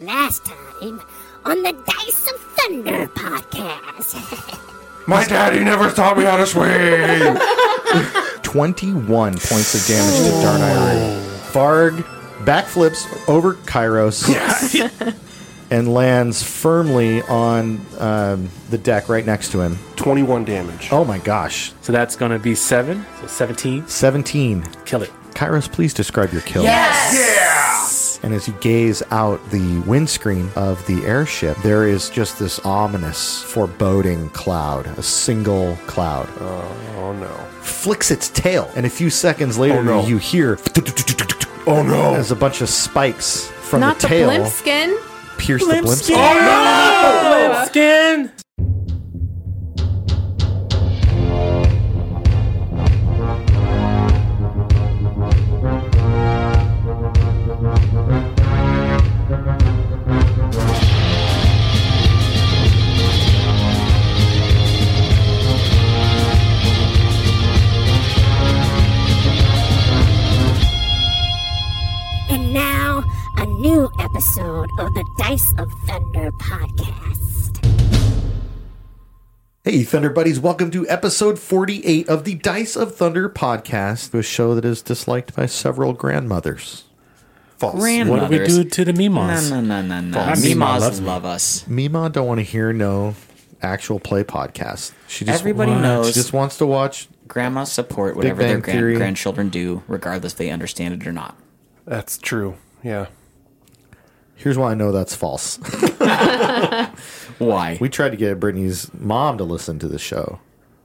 Last time on the Dice of Thunder podcast. My daddy never taught me how to swing. 21 points of damage to Oh. Darn Iron. Varg backflips over Kairos and lands firmly on um, the deck right next to him. 21 damage. Oh my gosh. So that's going to be seven. So 17. 17. Kill it. Kairos, please describe your kill. Yeah. And as you gaze out the windscreen of the airship, there is just this ominous, foreboding cloud, a single cloud. Oh no. Flicks its tail, and a few seconds later, Oh, no. you hear Oh no. as a bunch of spikes from Not the the tail blimp skin. pierce the blimp skin. Oh, skin. and now, a new episode of the Dice of Thunder podcast. Oh! Hey, Thunder Buddies, welcome to episode 48 of the Dice of Thunder podcast, a show that is disliked by several grandmothers. False. What do we do to the Mimos? No, no, no, no, no. False. Mima loves Mimas me. love us. Mima don't want to hear no actual play podcast. She just Everybody she knows. just wants to watch. Grandma support whatever Bang their grand- Theory. grandchildren do, regardless if they understand it or not. That's true. Yeah. Here's why I know that's false. Why? we tried to get Brittany's mom to listen to the show.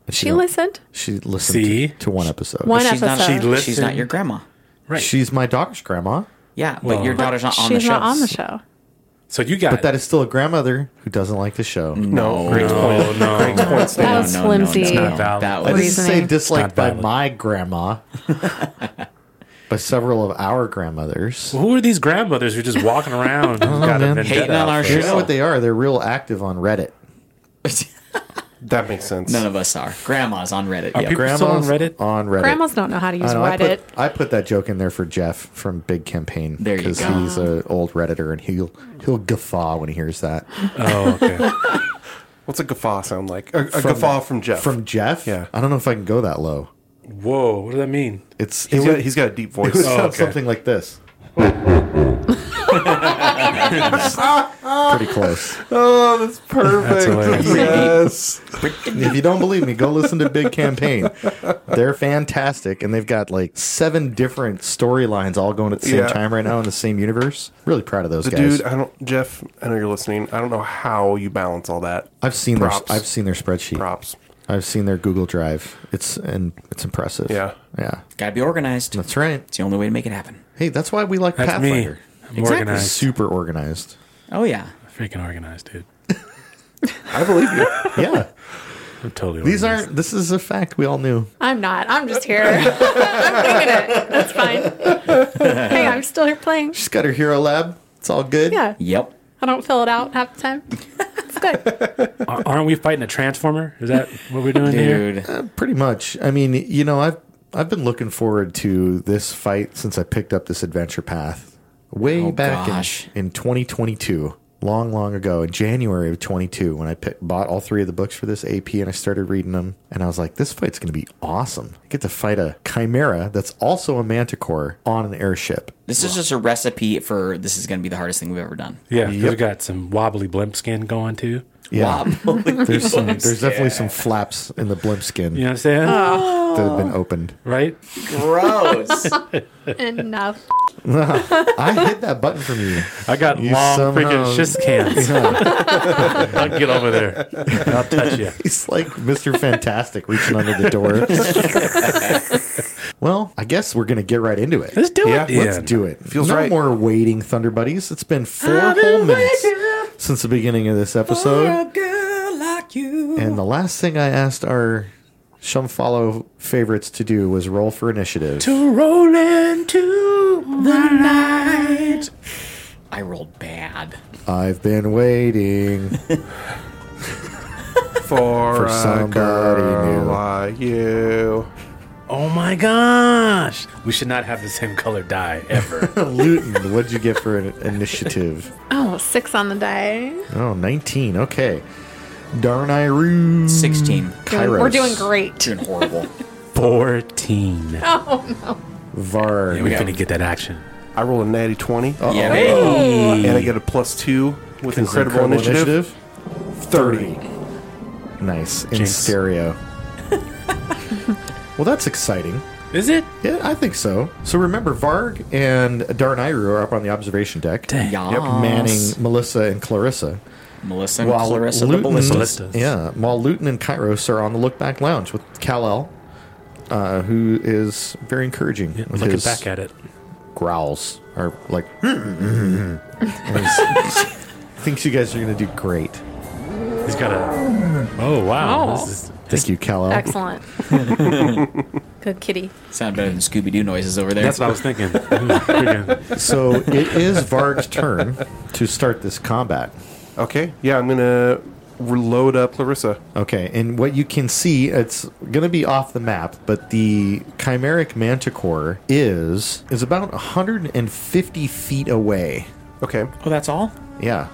and She don't- listened. She listened See? To, to one episode. One she's not. episode. She she's not your grandma. Right. She's my daughter's grandma, Yeah, but Well- your daughter's not on the She's show. not on the show. so you got but that is still a grandmother who doesn't like the show. No. Great point. no. Great point. Stan. That was flimsy. No, no, Not valid. That I was didn't say Reasoning. disliked Not by valid. my grandma, by several of our grandmothers. Who are these grandmothers who are just walking around and got a man. vendetta? Hating on our out You there? know what they are? They're real active on Reddit. That makes sense. none of us are. Grandma's on Reddit. Are yep. people still on Grandma's Reddit? On Reddit. Grandmas don't know how to use I, know, I Reddit. put, I put that joke in there for Jeff from Big Campaign There you go. he's an old Redditor and he'll he'll guffaw when he hears that Oh, okay. What's a guffaw sound like? A, a guffaw from Jeff. from Jeff. Yeah. I don't know if I can go that low. Whoa, what does that mean? It's he's it would, got, he's got a deep it voice. would Oh, sound okay. something like this. Pretty close. that's perfect. hilarious. yes. If you don't believe me, go listen to Big Campaign. They're fantastic, and they've got like seven different storylines all going at the same Yeah. time right now in the same universe. Really proud of those guys. Dude, uh, I don't. Jeff, I know you're listening. I don't know how you balance all that. I've seen props. their I've seen their spreadsheet. Props. I've seen their Google Drive. It's and it's impressive. Yeah. yeah, Gotta be organized. that's right. It's the only way to make it happen. Hey, that's why we like That's me. Pathfinder. I'm organized. Super organized. Oh yeah. Freaking organized, dude. I believe you. Yeah, I'm totally these organized. aren't. This is a fact we all knew. I'm not. I'm just here. I'm thinking it. That's fine. hey, I'm still here playing. She's got her hero lab. It's all good. Yeah, Yep. I don't fill it out half the time. It's good. Ar- Aren't we fighting a transformer? Is that what we're doing here? Dude. pretty much. I mean, you know, I've I've been looking forward to this fight since I picked up this adventure path way Oh, back gosh. in, in 2022, long long ago in January of 22 when I pick, bought all three of the books for this AP and I started reading them and I was like this fight's going to be awesome. I get to fight a chimera that's also a manticore on an airship. This is just a recipe for this is gonna be the hardest thing we've ever done. Yeah, 'cause we Yep. got some wobbly blimp skin going too. Yeah. Wow. There's some there's definitely some flaps in the blimp skin You know what I'm saying? that have been opened. Right? Gross. Enough. I hid that button from you. I got You long somehow- freaking shit cans. I'll get over there. I'll touch you. He's like Mr. Fantastic reaching under the door. well, I guess we're gonna get right into it. Let's do Yeah, it. Let's then. do it. Feels no right. more waiting, Thunder Buddies. It's been four whole minutes since the beginning of this episode. girl like you. And the last thing I asked our Shumfollow favorites to do was roll for initiative. Roll into the night. I rolled bad. I've been waiting. For, For a somebody girl new. like you. Oh my gosh! We should not have the same color die ever. Luton, what'd you get for an initiative? Oh, six on the die. Oh, 19. Okay. Darn Iroo. 16. Hmm. Doing- We're Kairos. doing great. Doing horrible. Fourteen. Var. We're gonna get that action. I roll a natty 20, Oh. Yeah, and I get a plus two with incredible, initiative. 30. Nice. In Jinx. stereo. well, that's exciting. Is it? Yeah, I think so. So remember, Varg and Darnayru are up on the observation deck, Yas. manning Melissa and Clarissa. Melissa and Clarissa. the Luton, Melissa. Ballistas. yeah, while Luton and Kairos are on the look back lounge with Kal-El, uh, who is very encouraging. Yeah, with looking his back at it. growls are like. He's- thinks you guys are going to do great. He's got a. Oh wow! Oh. This is- Thank you, Kal-El. Excellent. Good kitty. Sound better than Scooby Doo noises over there. that's what I was thinking. Freaking- So it is Varg's turn to start this combat. Okay, yeah, I'm gonna reload up Larissa. Okay, and what you can see, it's going to be off the map, but the chimeric manticore is is about 150 feet away. Okay, oh, that's all. Yeah,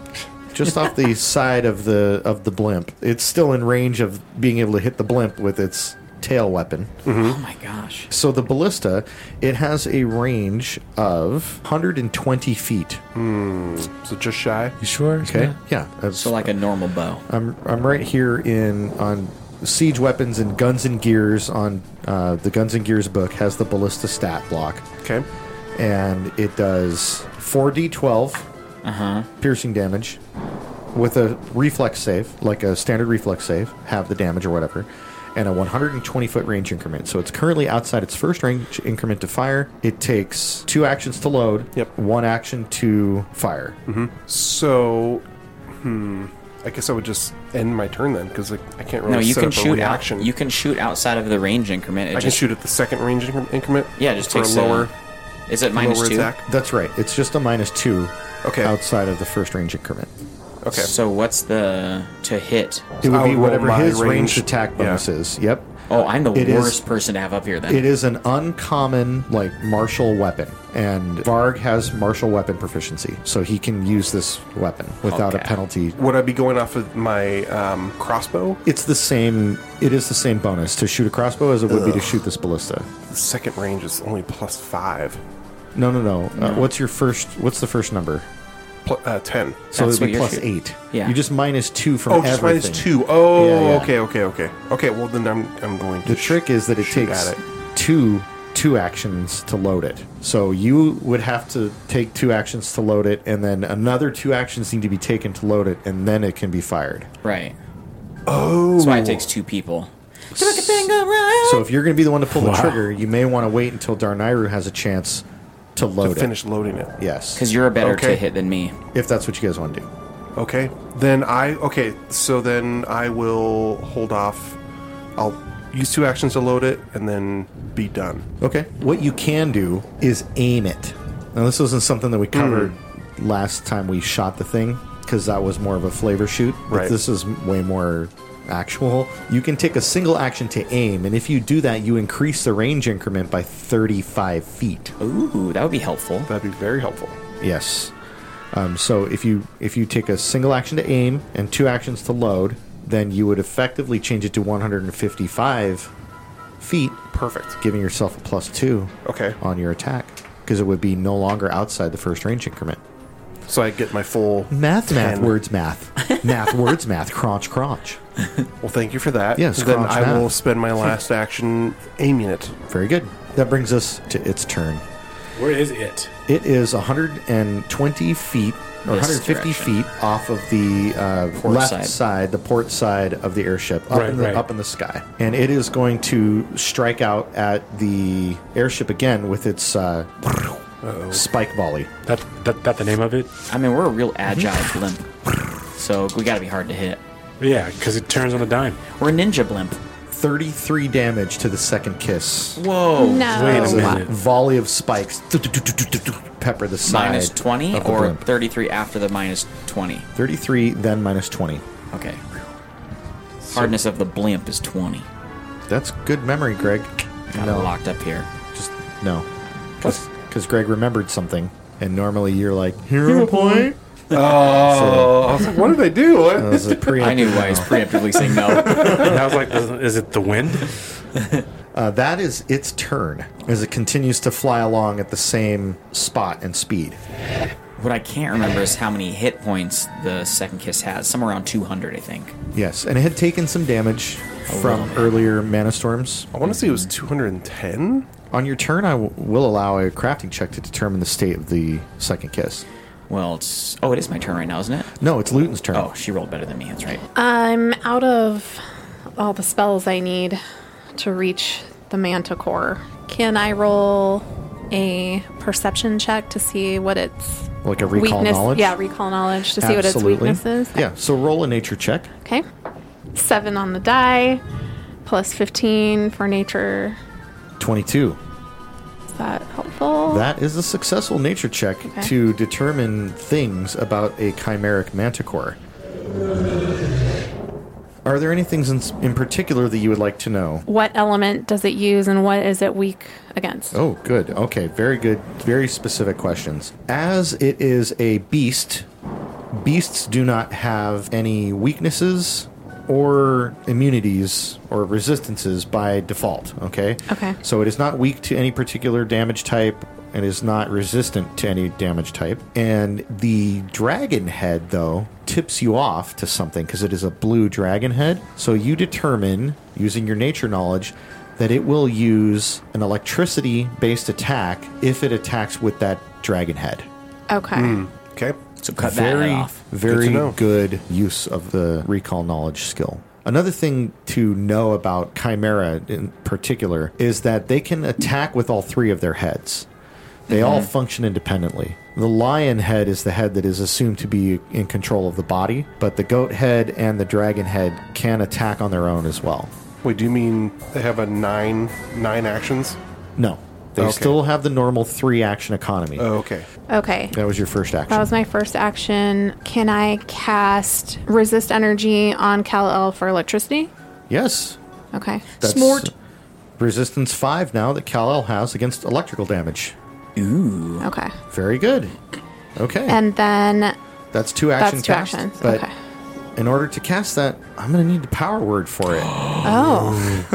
just off the side of the of the blimp. It's still in range of being able to hit the blimp with its tail weapon. Oh my gosh. So the ballista, it has a range of 120 feet. so just shy. you sure? it's Okay, not- yeah. that's- So like a normal bow. I'm I'm right here in on siege weapons and guns and gears on uh, the guns and gears book has the ballista stat block Okay, and it does 4d12 Uh-huh. piercing damage with a reflex save like a standard reflex save have the damage or whatever and a 120 foot range increment so it's currently outside its first range increment to fire it takes two actions to load Yep. Mm-hmm. one action to fire so hmm, I guess I would just end my turn then because I, I can't really No, you set can up a shoot out. reaction. You can shoot outside of the range increment. It I can just, shoot at the second range incre- increment. Yeah, it just for takes a lower, A, is it minus lower two? attack. that's right it's just a minus two Okay. outside of the first range increment Okay, So what's the to hit? It would I would be roll whatever my his ranged ranged- attack yeah. bonus is. Yep. Oh, I'm the It is- worst person to have up here then. It is an uncommon, like, martial weapon. And Varg has martial weapon proficiency, so he can use this weapon without a Okay. penalty. would I be going off of my um, crossbow? It's the same. It is the same bonus to shoot a crossbow as it would be to shoot this ballista. The second range is only plus five, No, no, no. Uh, what's your first? What's the first number? Pl- uh, ten. So That's it'd what be you're plus shooting. eight. Yeah. You just minus two from Oh, everything. just minus two. Oh, Yeah, yeah. okay, okay, okay. Okay, well then I'm I'm going to. The sh- trick is that it shoot takes at it. two two actions to load it. So you would have to take two actions to load it, and then another two actions need to be taken to load it, and then it can be fired. right. Oh. That's why it takes two people. So if you're going to be the one to pull the Wow. trigger, you may want to wait until Darnayru has a chance to to load finish loading it. it. Yes, Because you're a better Okay. to hit than me. if that's what you guys want to do. Okay. Then I okay. So then I will hold off. I'll use two actions to load it and then be done. Okay. What you can do is aim it. Now, this wasn't something that we covered Mm. last time we shot the thing because that was more of a flavor shoot. But Right. This is way more actual. You can take a single action to aim, and if you do that, you increase the range increment by 35 feet. Oh. Ooh, that would be helpful. That'd be very helpful. Yes. Um, so if you if you take a single action to aim and two actions to load, then you would effectively change it to 155 feet, Perfect. giving yourself a plus two Okay. on your attack because it would be no longer outside the first range increment. So I get my full Math, math, 10. words, math, math, words, math, crunch, crunch. Well, thank you for that. Yes, Then crunch I math. will spend my last action aiming it. Very good. That brings us to its turn. Where is it? It is 120 feet or This 150 direction. feet off of the uh, left side. side. the port side of the airship, up, Right, in the, right. up in the sky, and it is going to strike out at the airship again with its uh, spike volley. That that that the name of it? I mean, we're a real agile blimp. So we gotta be hard to hit. Yeah, because it turns on a dime. We're a ninja blimp. 33 damage to the second kiss. Whoa. No. Wait a Wow. minute. volley of spikes pepper the side. Minus 20 of the or blimp. 33 after the minus 20? 33, then minus 20. Okay. Hardness of the blimp is 20. That's good memory, Greg. Got No. it locked up here. Just no. Because Greg remembered something, and normally you're like, hero point. Oh, I was like, what did I do? What? That was a pre- I knew why he's preemptively saying no. And I was like, is it the wind? Uh, that is its turn as it continues to fly along at the same spot and speed. what I can't remember is how many hit points the second kiss has. Somewhere around 200, I think. Yes, and it had taken some damage Oh, from earlier mana storms. I want to say it was 210. On your turn, I w- will allow a crafting check to determine the state of the second kiss. Well, it's oh, it is my turn right now, isn't it? No, it's Luton's turn. Oh, she rolled better than me. That's right. Uh, I'm out of all the spells I need to reach the manticore. Can I roll a perception check to see what its Like a recall weakness? knowledge? Yeah, recall knowledge to see Absolutely. what its weakness is. Yeah, so roll a nature check. Okay. Seven on the die, plus 15 for nature. 22. Is that helpful? That is a successful nature check to determine things about a chimeric manticore. Are there any things in, in particular that you would like to know? what element does it use and what is it weak against? Oh, good. Okay, very good. Very specific questions. As it is a beast, beasts do not have any weaknesses or immunities or resistances by default, okay? Okay. So it is not weak to any particular damage type. It is not resistant to any damage type. And the dragon head, though, tips you off to something because it is a blue dragon head. So you determine, using your nature knowledge, that it will use an electricity based attack if it attacks with that dragon head. Oh. Okay. Okay. So cut that head Very, off. very Good to know. good use of the recall knowledge skill. Another thing to know about Chimera in particular is that they can attack with all three of their heads. They all Mm-hmm. function independently. The lion head is the head that is assumed to be in control of the body, but the goat head and the dragon head can attack on their own as well. Wait, do you mean they have a nine nine actions? No, they Okay. still have the normal three action economy. Oh, okay. Okay. that was your first action. That was my first action. Can I cast resist energy on Cal L for electricity? yes, Okay. That's Snort. Resistance five now that Kal-El has against electrical damage. Ooh. Okay. Very good. Okay. And then that's two that's actions. two cast, actions. But okay. in order to cast that, I'm going to need the power word for it. Oh.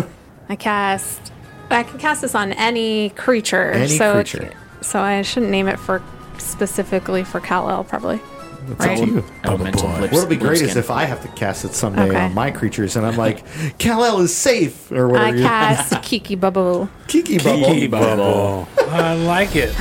I cast. I can cast this on any creature. Any so creature. So I shouldn't name it for specifically for Cal El probably. It's up to you. Elemental lips- What'll be great is lipskin. if I have to cast it someday Okay. on my creatures, and I'm like, Kal-El is safe, or whatever. I you- cast Kiki Bubble. Kiki bubble. Kiki bubble. I like it.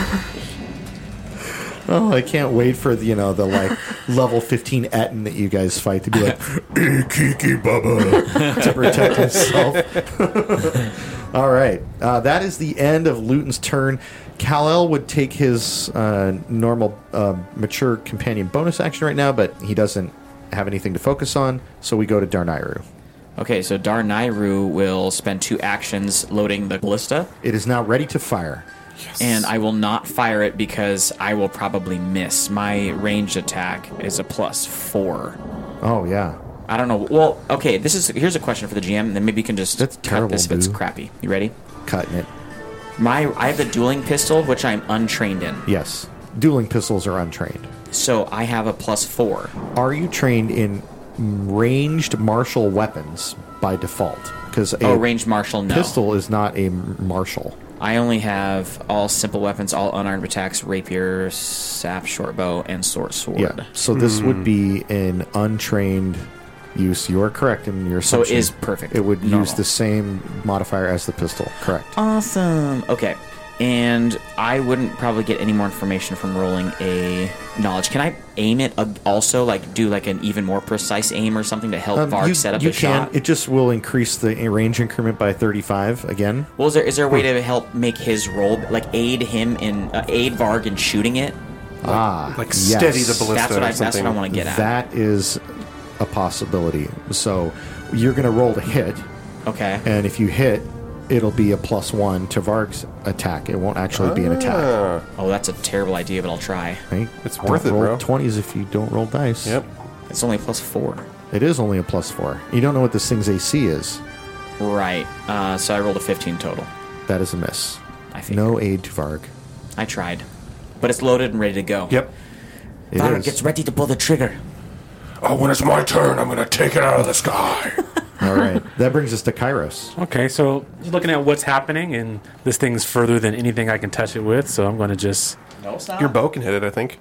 Oh, I can't wait for the, you know the like level 15 Etten that you guys fight to be like "Eh, Kiki Bubba to protect himself. All right, uh, that is the end of Luton's turn. Kal-El would take his uh, normal uh, mature companion bonus action right now, but he doesn't have anything to focus on, so we go to Darnayru. Okay, so Darnayru will spend two actions loading the ballista, It is now ready to fire. and I will not fire it because I will probably miss. My ranged attack is a plus four. Oh yeah, I don't know. Well, okay. This is here's a question for the GM, and then maybe you can just That's cut terrible, this if it's dude. crappy. You ready? cutting it. My I have the dueling pistol, which I'm untrained in, Yes, dueling pistols are untrained. so I have a plus four. Are you trained in ranged martial weapons by default? Because a Oh, ranged martial, no. pistol is not a martial. I only have all simple weapons, all unarmed attacks, rapier, sap, short bow, and sword. Sword. Yeah. So this Hmm. would be an untrained use. You are correct in your So it assumption. is perfect, It would use normal. Um, the same modifier as the pistol. Correct. Awesome. Okay. And I wouldn't probably get any more information from rolling a knowledge. Can I aim it uh, also, like do like an even more precise aim or something to help Um, Varg you set up you his can. shot? It just will increase the range increment by 35 again. well, is there is there a way Hmm. to help make his roll like aid him in uh, aid Varg in shooting it? ah. Like yes. steady the ballista. That's what or I that's what something. I want to get at. That is a possibility. So you're going to roll to hit. okay. and if you hit, it'll be a plus one to Varg's attack. It won't actually be an attack. Oh, that's a terrible idea, but I'll try. Right? Ah, It's Don't worth it, roll bro. Twenties if you don't roll dice. Yep. It's only plus four. It is only a plus four. You don't know what this thing's AC is. Right. Uh, so I rolled a 15 total. That is a miss. I figured. No aid to Varg. I tried. But it's loaded and ready to go. Yep. It Varg is. gets ready to pull the trigger. Oh, when it's my turn, I'm gonna take it out of the sky. All right. That brings us to Kairos. Okay, so just looking at what's happening, and this thing's further than anything I can touch it with, so I'm going to just. No, stop. Your bow can hit it, I think.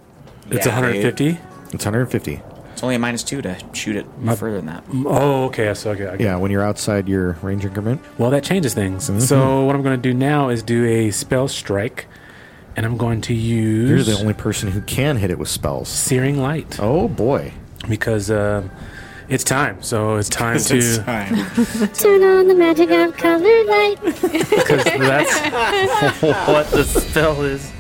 It's Yeah, 150. It's 150. It's only a minus two to shoot it further than that. Oh, okay. So okay, I get Yeah, Mm-hmm. when you're outside your range increment. Well, that changes things. So what I'm going to do now is do a spell strike, and I'm going to You're use the only person who can hit it with spells. Searing Light Oh boy. because um it's time. So it's time to Turn on the magic of colored light. because that's what the spell is.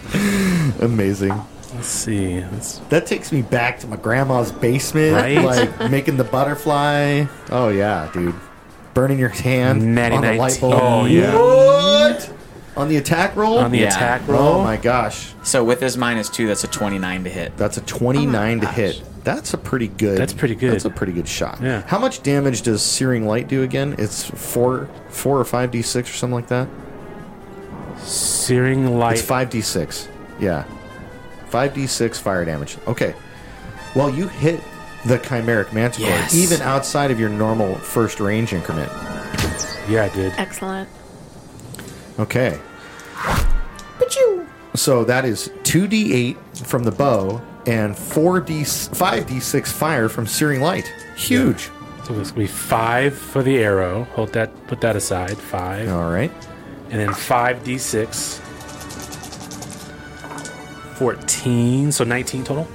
Amazing. let's see. Let's, That takes me back to my grandma's basement, Right? like making the butterfly. Oh yeah, dude. Burning your hand Natty on the night. light bulb. Oh, yeah. What? On the attack roll? on the Yeah. attack roll. oh my gosh. So with his minus two, that's a 29 to hit. That's a 29 to hit. That's a pretty good. That's pretty good. That's a pretty good shot. Yeah. How much damage does searing light do again? It's 4 4 or 5d6 or something like that. Searing Light. It's five d six. Yeah, five d six fire damage. Okay. Well, you hit the chimeric manticore Yes. even outside of your normal first range increment. Yeah, I did. Excellent. Okay. So that is two d eight from the bow and four d five d six fire from searing light. Huge. So this will be five for the arrow. Hold that. Put that aside. Five, All right. and then five d six. Fourteen. So nineteen total.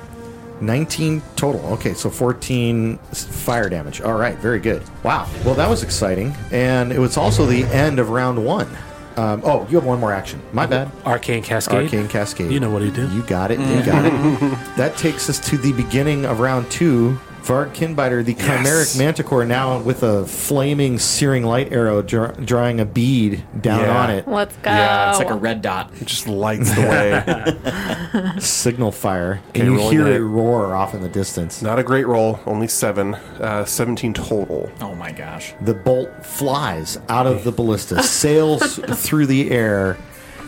19 total. Okay, so 14 s- fire damage. All right, very good. Wow. Well, that was exciting. And it was also the end of round one. Um, oh, you have one more action. My bad. Arcane Cascade. Arcane Cascade. You know what he did. You got it. You got it. That takes us to the beginning of round two. Varg Kinbiter, the chimeric manticore, now with a flaming, searing light arrow, dr- drawing a bead down Yeah. on it. Let's go. Yeah, It's like a red dot. It just lights the way. Signal fire. Okay, and you rolling hear it. a roar off in the distance. Not a great roll. Only seven. Uh, Seventeen total. Oh my gosh. The bolt flies out of the ballista, sails through the air,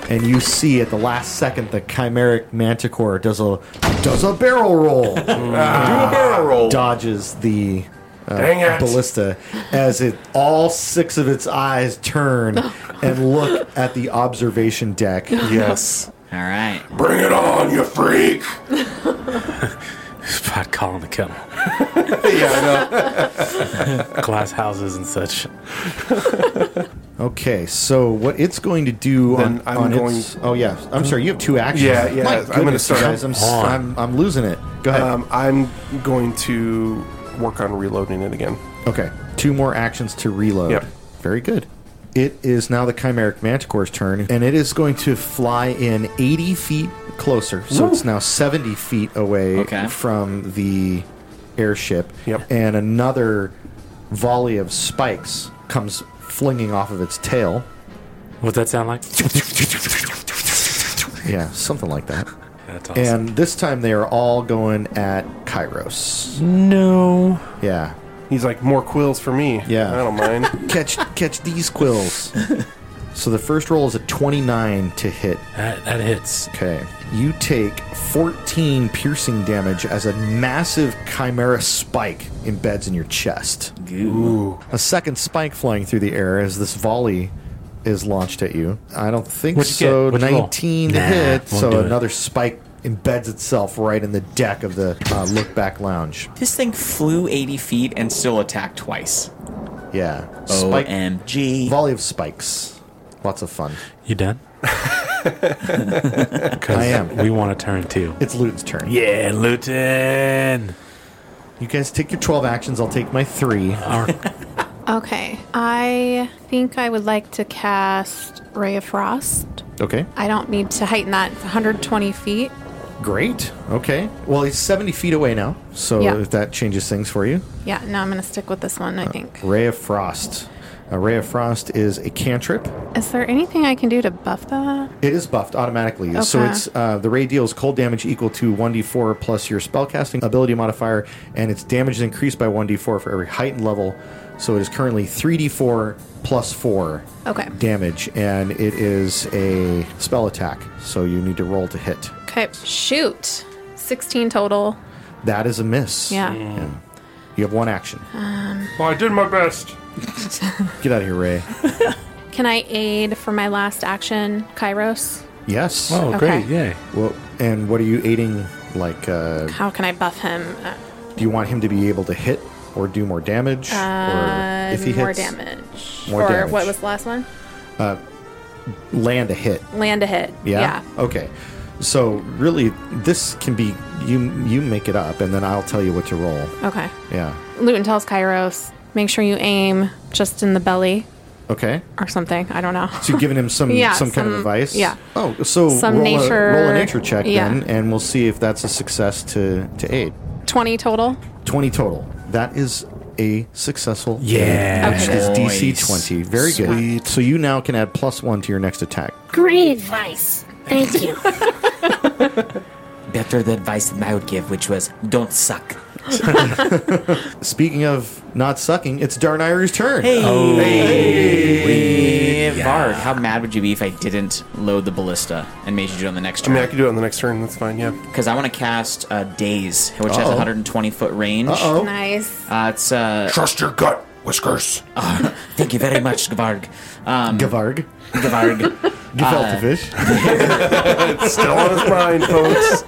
and you see at the last second the chimeric manticore does a does a barrel roll, Do a barrel roll. dodges the Dang it. ballista as it all six of its eyes turn and look at the observation deck. Yes. All right. Bring it on, you freak. Fuck calling the kettle. yeah, I know. Glass houses and such. Okay, so what it's going to do Then on, I'm on going- its oh yeah, I'm sorry, you have two actions. Yeah, yeah, My I'm gonna goodness, start- guys, I'm, s- Come on. I'm I'm losing it. Go ahead. Um, I'm going to work on reloading it again. Okay. Two more actions to reload. Yep. Very good. It is now the Chimeric Manticore's turn, and it is going to fly in 80 feet closer. So it's now 70 feet away Okay. from the airship. Yep. And another volley of spikes comes flinging off of its tail. What's that sound like? Yeah, something like that. That's awesome. And this time they are all going at Kairos. no. Yeah. He's like, more quills for me. Yeah. I don't mind. Catch catch these quills. so the first roll is a 29 to hit That, that hits. Okay. You take 14 piercing damage as a massive chimera spike embeds in your chest. A second spike flying through the air as this volley is launched at you. I don't think What'd you so. get? What'd you roll? 19 to Nah, hit. won't So do it. another spike embeds itself right in the deck of the uh, look back lounge. This thing flew 80 feet and still attacked twice. Yeah. Spike. E. OMG. Volley of spikes. Lots of fun. You done? I am. We want to turn too. It's Luton's turn. Yeah, Luton. You guys take your 12 actions. I'll take my three. Okay. I think I would like to cast Ray of Frost. Okay. I don't need to heighten that. It's 120 feet. Great. Okay. Well, he's 70 feet away now, so Yeah. if that changes things for you. Uh, Yeah, no, I'm going to stick with this one, I think. Ray of Frost. A Ray of Frost is a cantrip. Is there anything I can do to buff that? It is buffed automatically. So Okay. it's uh, the ray deals cold damage equal to 1d4 plus your spellcasting ability modifier, and its damage is increased by 1d4 for every height and level. So it is currently 3d4 plus 4 Okay. damage, and it is a spell attack. So you need to roll to hit. Okay. Shoot. 16 total. That is a miss. Yeah. Ah. You have one action. Well, I did my best. Get out of here, Ray. Can I aid for my last action, Kairos? Yes. Oh, Okay. great! Yay. Well, and what are you aiding? Like, uh, How can I buff him? Uh, do you want him to be able to hit or do more damage? or if he Uh, more hits, damage. More or damage. what was the last one? land a hit. Land a hit. Yeah? Okay. So really, this can be you. You make it up, and then I'll tell you what to roll. Yeah. Okay. Yeah. Luton tells Kairos, make sure you aim just in the belly Okay. or something. I don't know. So you're giving him some Yeah, some, kind of some- advice. yeah. Oh, so Some roll, a, roll a nature- nature check yeah. then, and we'll see if that's a success to to aid. 20 total. Twenty total. That is a successful. aid, Yeah. Which Okay. is DC Nice. twenty. Very good. So you now can add plus one to your next attack. Great advice. Thank you. Better the advice that I would give, which was don't suck. Speaking of not sucking, it's Darnayru's turn. Varg, how mad would you be if I didn't load the ballista and made you do it on the I next mean, I turn? could do it on the next turn. That's fine. Yeah. Because I want to cast uh, Daze, which has Uh-oh. 120 foot range. Uh-oh. Nice. Uh, it's uh, Trust your gut, Whiskers. thank you very much, Gvarg. Um, Uh, Gavarg. Gvarg. Uh. Gefeltefisch. Still on his mind, folks.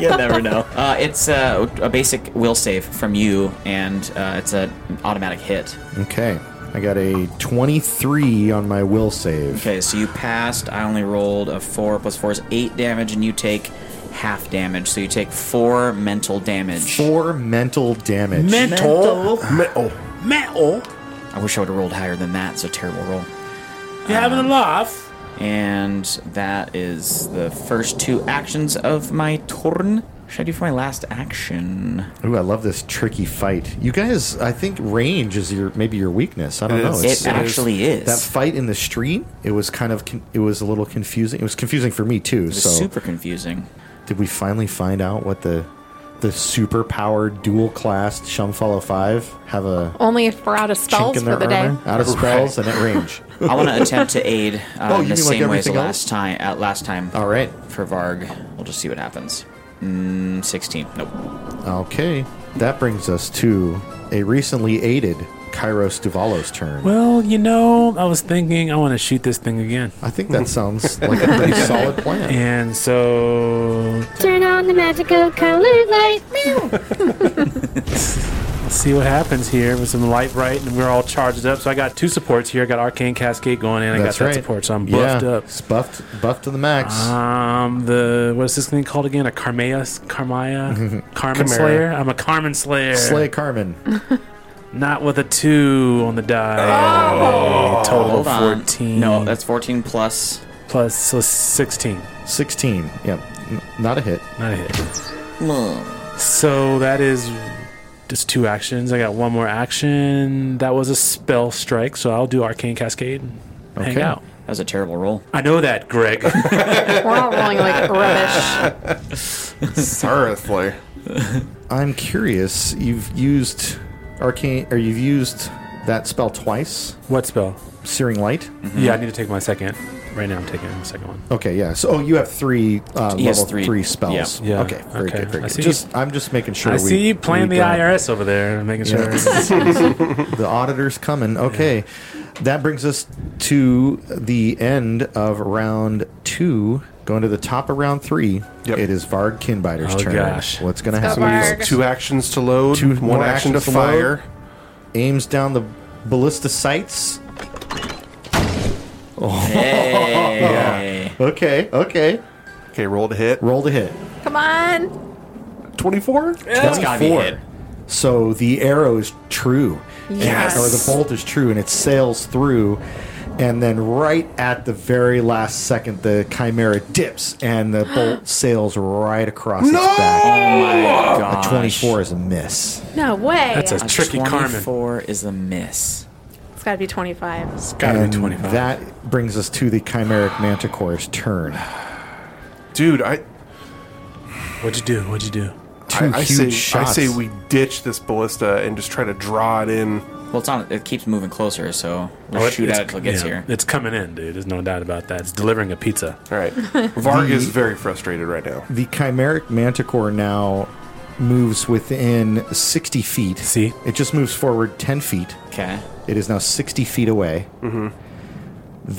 you never know. Uh, it's uh, a basic will save from you, and uh, it's an automatic hit. okay. I got a 23 on my will save. Okay, so you passed. I only rolled a four plus four is eight damage, and you take half damage. So you take four mental damage. Four mental damage. Mental. Metal. Metal. I wish I would have rolled higher than that. It's a terrible roll. You having a laugh? And that is the first two actions of my turn. What should I do for my last action? Ooh, I love this tricky fight. You guys, I think range is your maybe your weakness. I don't It know. is. It, It actually is. that fight in the street, it was kind of con- it was a little confusing. It was confusing for me too. It's So, super confusing. did we finally find out what the the super powered dual class Shumfollow 5 have a Only if we're out of chink spells in for their the day. armor out of spells and at range? I want to attempt to aid uh, Oh, in you the mean like same way as the everything else? last time. At last time. All right. For Varg, we'll just see what happens. Mm, Sixteen. Nope. Okay. That brings us to a recently aided Kairos Duvalo's turn. Well, you know, I was thinking I want to shoot this thing again, I think that sounds like a pretty solid plan. and so Turn on the magical colored light now. Let's see what happens here with some light bright, and we're all charged up. So I got two supports here. I got Arcane Cascade going in. I got that support, so I'm buffed yeah, up. It's buffed, buffed to the max. Um, the what is this thing called again? A Carmea, Carmaya, Carmen Chimera. Slayer. I'm a Carmen Slayer. Slay Carmen. Not with a two on the die. total Hold on. Oh, fourteen. Oh. No, that's fourteen plus. plus so sixteen. 16. Yep. N- not a hit. Not a hit. So that is just two actions. I got one more action. That was a spell strike, so I'll do Arcane Cascade. and Hang Okay. out. That was a terrible roll. I know that, Greg. We're all rolling like rubbish. Sorrowfully. I'm curious. You've used arcane, or you've used that spell twice. what spell? Searing light. Yeah, I need to take my second. Right now, I'm taking the second one. Okay. Yeah. So, oh, you have three uh, He has level three. three, spells. Yeah. Yeah. Okay. Very Okay. good. Very I good. see. Just, I'm just making sure. I we, see you playing we the don't- IRS over there, making sure. The auditor's coming. Okay. That brings us to the end of round two. Going to the top of round three. Yep. It is Varg Kinbiter's Oh, turn. gosh. What's going to Let's happen? go, Varg. Two actions to load. Two one more action to actions to load. fire. Aims down the ballista sights. Hey. Okay. Okay. Okay, roll to hit. Roll to hit. Come on. Twenty-four. That's gotta be a hit. So the arrow is true. Yes. Or the bolt is true and it sails through. And then right at the very last second, the chimera dips and the bolt sails right across its back. Oh God. 24 is a miss. No way. That's a tricky Carmen. Twenty-four is a miss. It's got to be 25. Gotta and be 25. that brings us to the chimeric manticore's turn. Dude, I What'd you do? What'd you do? Two I, I huge say shots. I say we ditch this ballista and just try to draw it in. Well, it's on. It keeps moving closer, so we'll Oh, it- shoot it's- at it till it gets yeah, here. It's coming in, dude. There's no doubt about that. It's delivering a pizza. All right. Varg is very frustrated right now. The chimeric manticore now moves within 60 feet. See? It just moves forward 10 feet. Okay. It is now 60 feet away.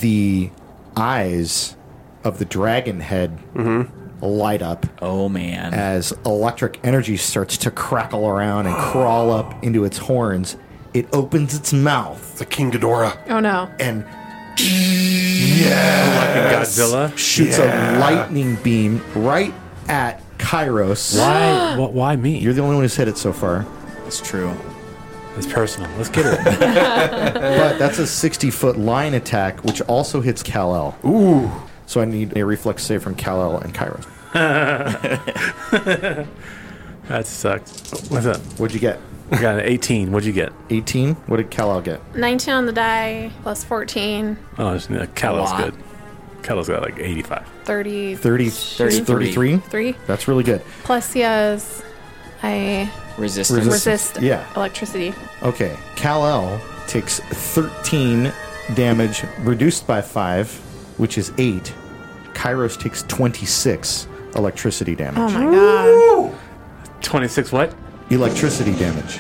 The eyes of the dragon head light up Oh man. as electric energy starts to crackle around and crawl up into its horns. It opens its mouth The King Ghidorah. Oh no. and Godzilla. shoots a lightning beam right at Kairos. Why? wh- why me? You're the only one who's hit it so far. That's true. it's personal. Let's get it. But that's a 60 foot line attack, which also hits Kal El. Ooh. So I need a reflex save from Kal El and Kairos. that sucks. What's up? What'd you get? I got an 18. What'd you get? 18? What did Kal El get? 19 on the die, plus 14, Oh, it's- yeah, Kalo's lot. good. Kalo's got like 85. 30. 30, 33? 3. That's really good. Plus, yes, I Resistance. Resist- resist yeah. electricity. Okay. Kal El takes 13 damage, reduced by 5, which is 8. Kairos takes 26 electricity damage. Oh my god. 26 what? Electricity damage.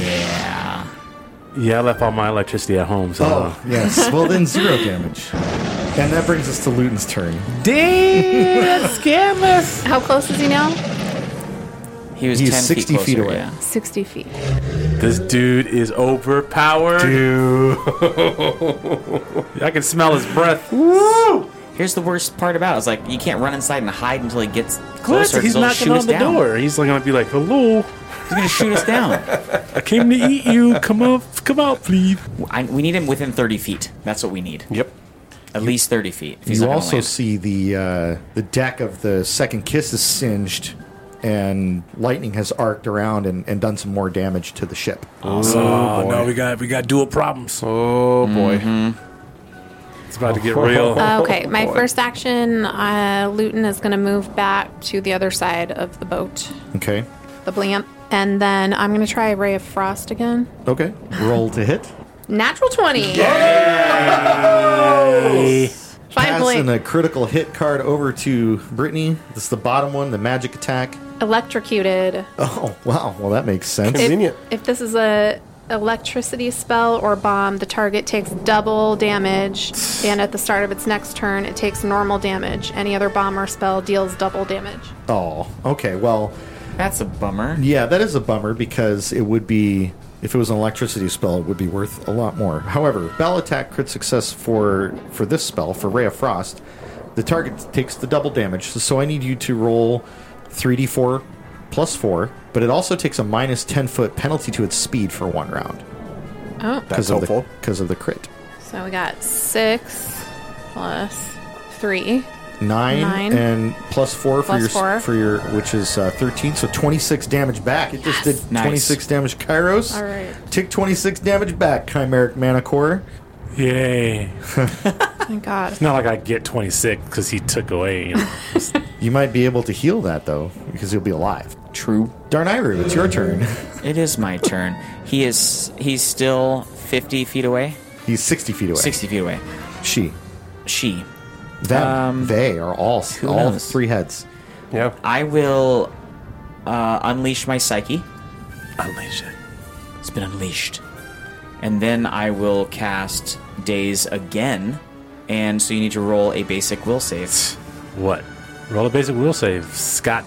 Yeah. Yeah, I left all my electricity at home, so. Oh, yes. Well, then zero damage. And that brings us to Luton's turn. Damn, scammers! How close is he now? He was He's 10 60 feet feet, closer, away. Yeah. 60 feet. This dude is overpowered. Dude. I can smell his breath. Here's the worst part about it. It's like you can't run inside and hide until he gets What? closer. 'cause He's he'll knocking shoot on us the down. door. He's like gonna be like, "Hello, He's gonna shoot us down. I came to eat you. Come up, come out, please." I, we need him within 30 feet. That's what we need. Yep. At least 30 feet. If he's you not gonna also land. see the uh, the deck of the second kiss is singed, and lightning has arced around and, and done some more damage to the ship. Oh, no, We got we got dual problems. Oh boy. Mm-hmm. it's about to get real. Uh, Okay, my boy. first action, uh, Luton is going to move back to the other side of the boat, Okay. the blimp, and then I'm going to try Ray of Frost again. Okay. Roll to hit. Natural 20. Five Passing blink. a critical hit card over to Brittany. This is the bottom one, the magic attack. Electrocuted. Oh wow! Well, that makes sense. It- Convenient. If this is a electricity spell or bomb, the target takes double damage, and at the start of its next turn, it takes normal damage. Any other bomb or spell deals double damage. oh, okay. Well, That's a bummer. yeah, that is a bummer because it would be if it was an electricity spell, it would be worth a lot more. However, bell attack crit success for for this spell for Ray of Frost, the target takes the double damage. So I need you to roll three d four plus four, but it also takes a minus ten foot penalty to its speed for one round That's of the helpful. because of the crit. So we got six plus three. Nine, Nine. and plus four for Plus your four. for your which is uh, thirteen, so twenty six damage back. It just did Nice. twenty six damage, Kairos. All right. take twenty six damage back, Chimeric Manicore. Yay! Thank God. Not like I get 26 because he took away. You know. You might be able to heal that though, because you'll be alive. True. Darnayru, it's your turn. It is my turn. He is. He's still 50 feet away. He's sixty feet away. 60 feet away. She, She. them, Um, they are all all knows? three heads. Yeah. I will uh, unleash my psyche. Unleash it. It's been unleashed. And then I will cast Days again. And so you need to roll a basic will save. What? Roll a basic will save, Scott.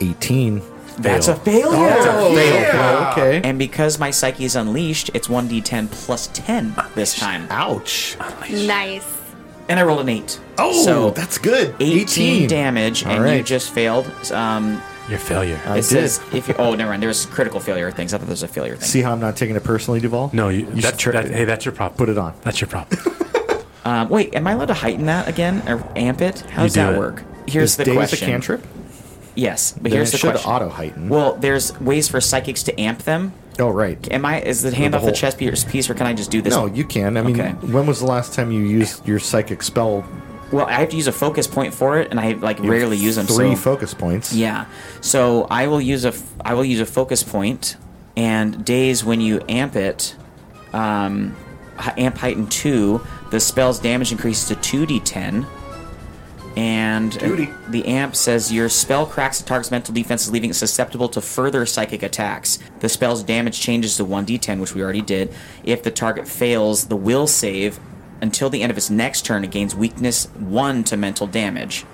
Eighteen. That's a Fail. failure! Yeah. Okay. And because my psyche is unleashed, it's 1d10 plus 10 this time. Ouch. Nice. And I rolled an 8. Oh, so that's good. 18, damage, All and you right. just failed. Um, Your failure. I it did. says if you. Oh, never mind. There was critical failure things. I thought there was a failure thing. See how I'm not taking it personally, Duval? no, you. should that's, try- that, hey, that's your problem. Put it on. That's your problem. Um, wait, am I allowed to heighten that again or amp it? How You does do that it. work? Here's is the Days question. a cantrip? Yes, but Then here's it the should question. auto heighten. Well, there's ways for psychics to amp them. Oh, right. Am I? Is the hand The off the whole- chest piece, piece, or can I just do this? No, you can. I mean, Okay. when was the last time you used your psychic spell? Well, I have to use a focus point for it, and I like rarely use them. Three so. focus points. Yeah. So I will use a f- I will use a focus point, and days when you amp it, um, hi- amp heighten two, the spell's damage increases to two d10, and the amp says your spell cracks the target's mental defenses, leaving it susceptible to further psychic attacks. The spell's damage changes to one d10, which we already did. If the target fails, the will save. Until the end of its next turn, it gains weakness one to mental damage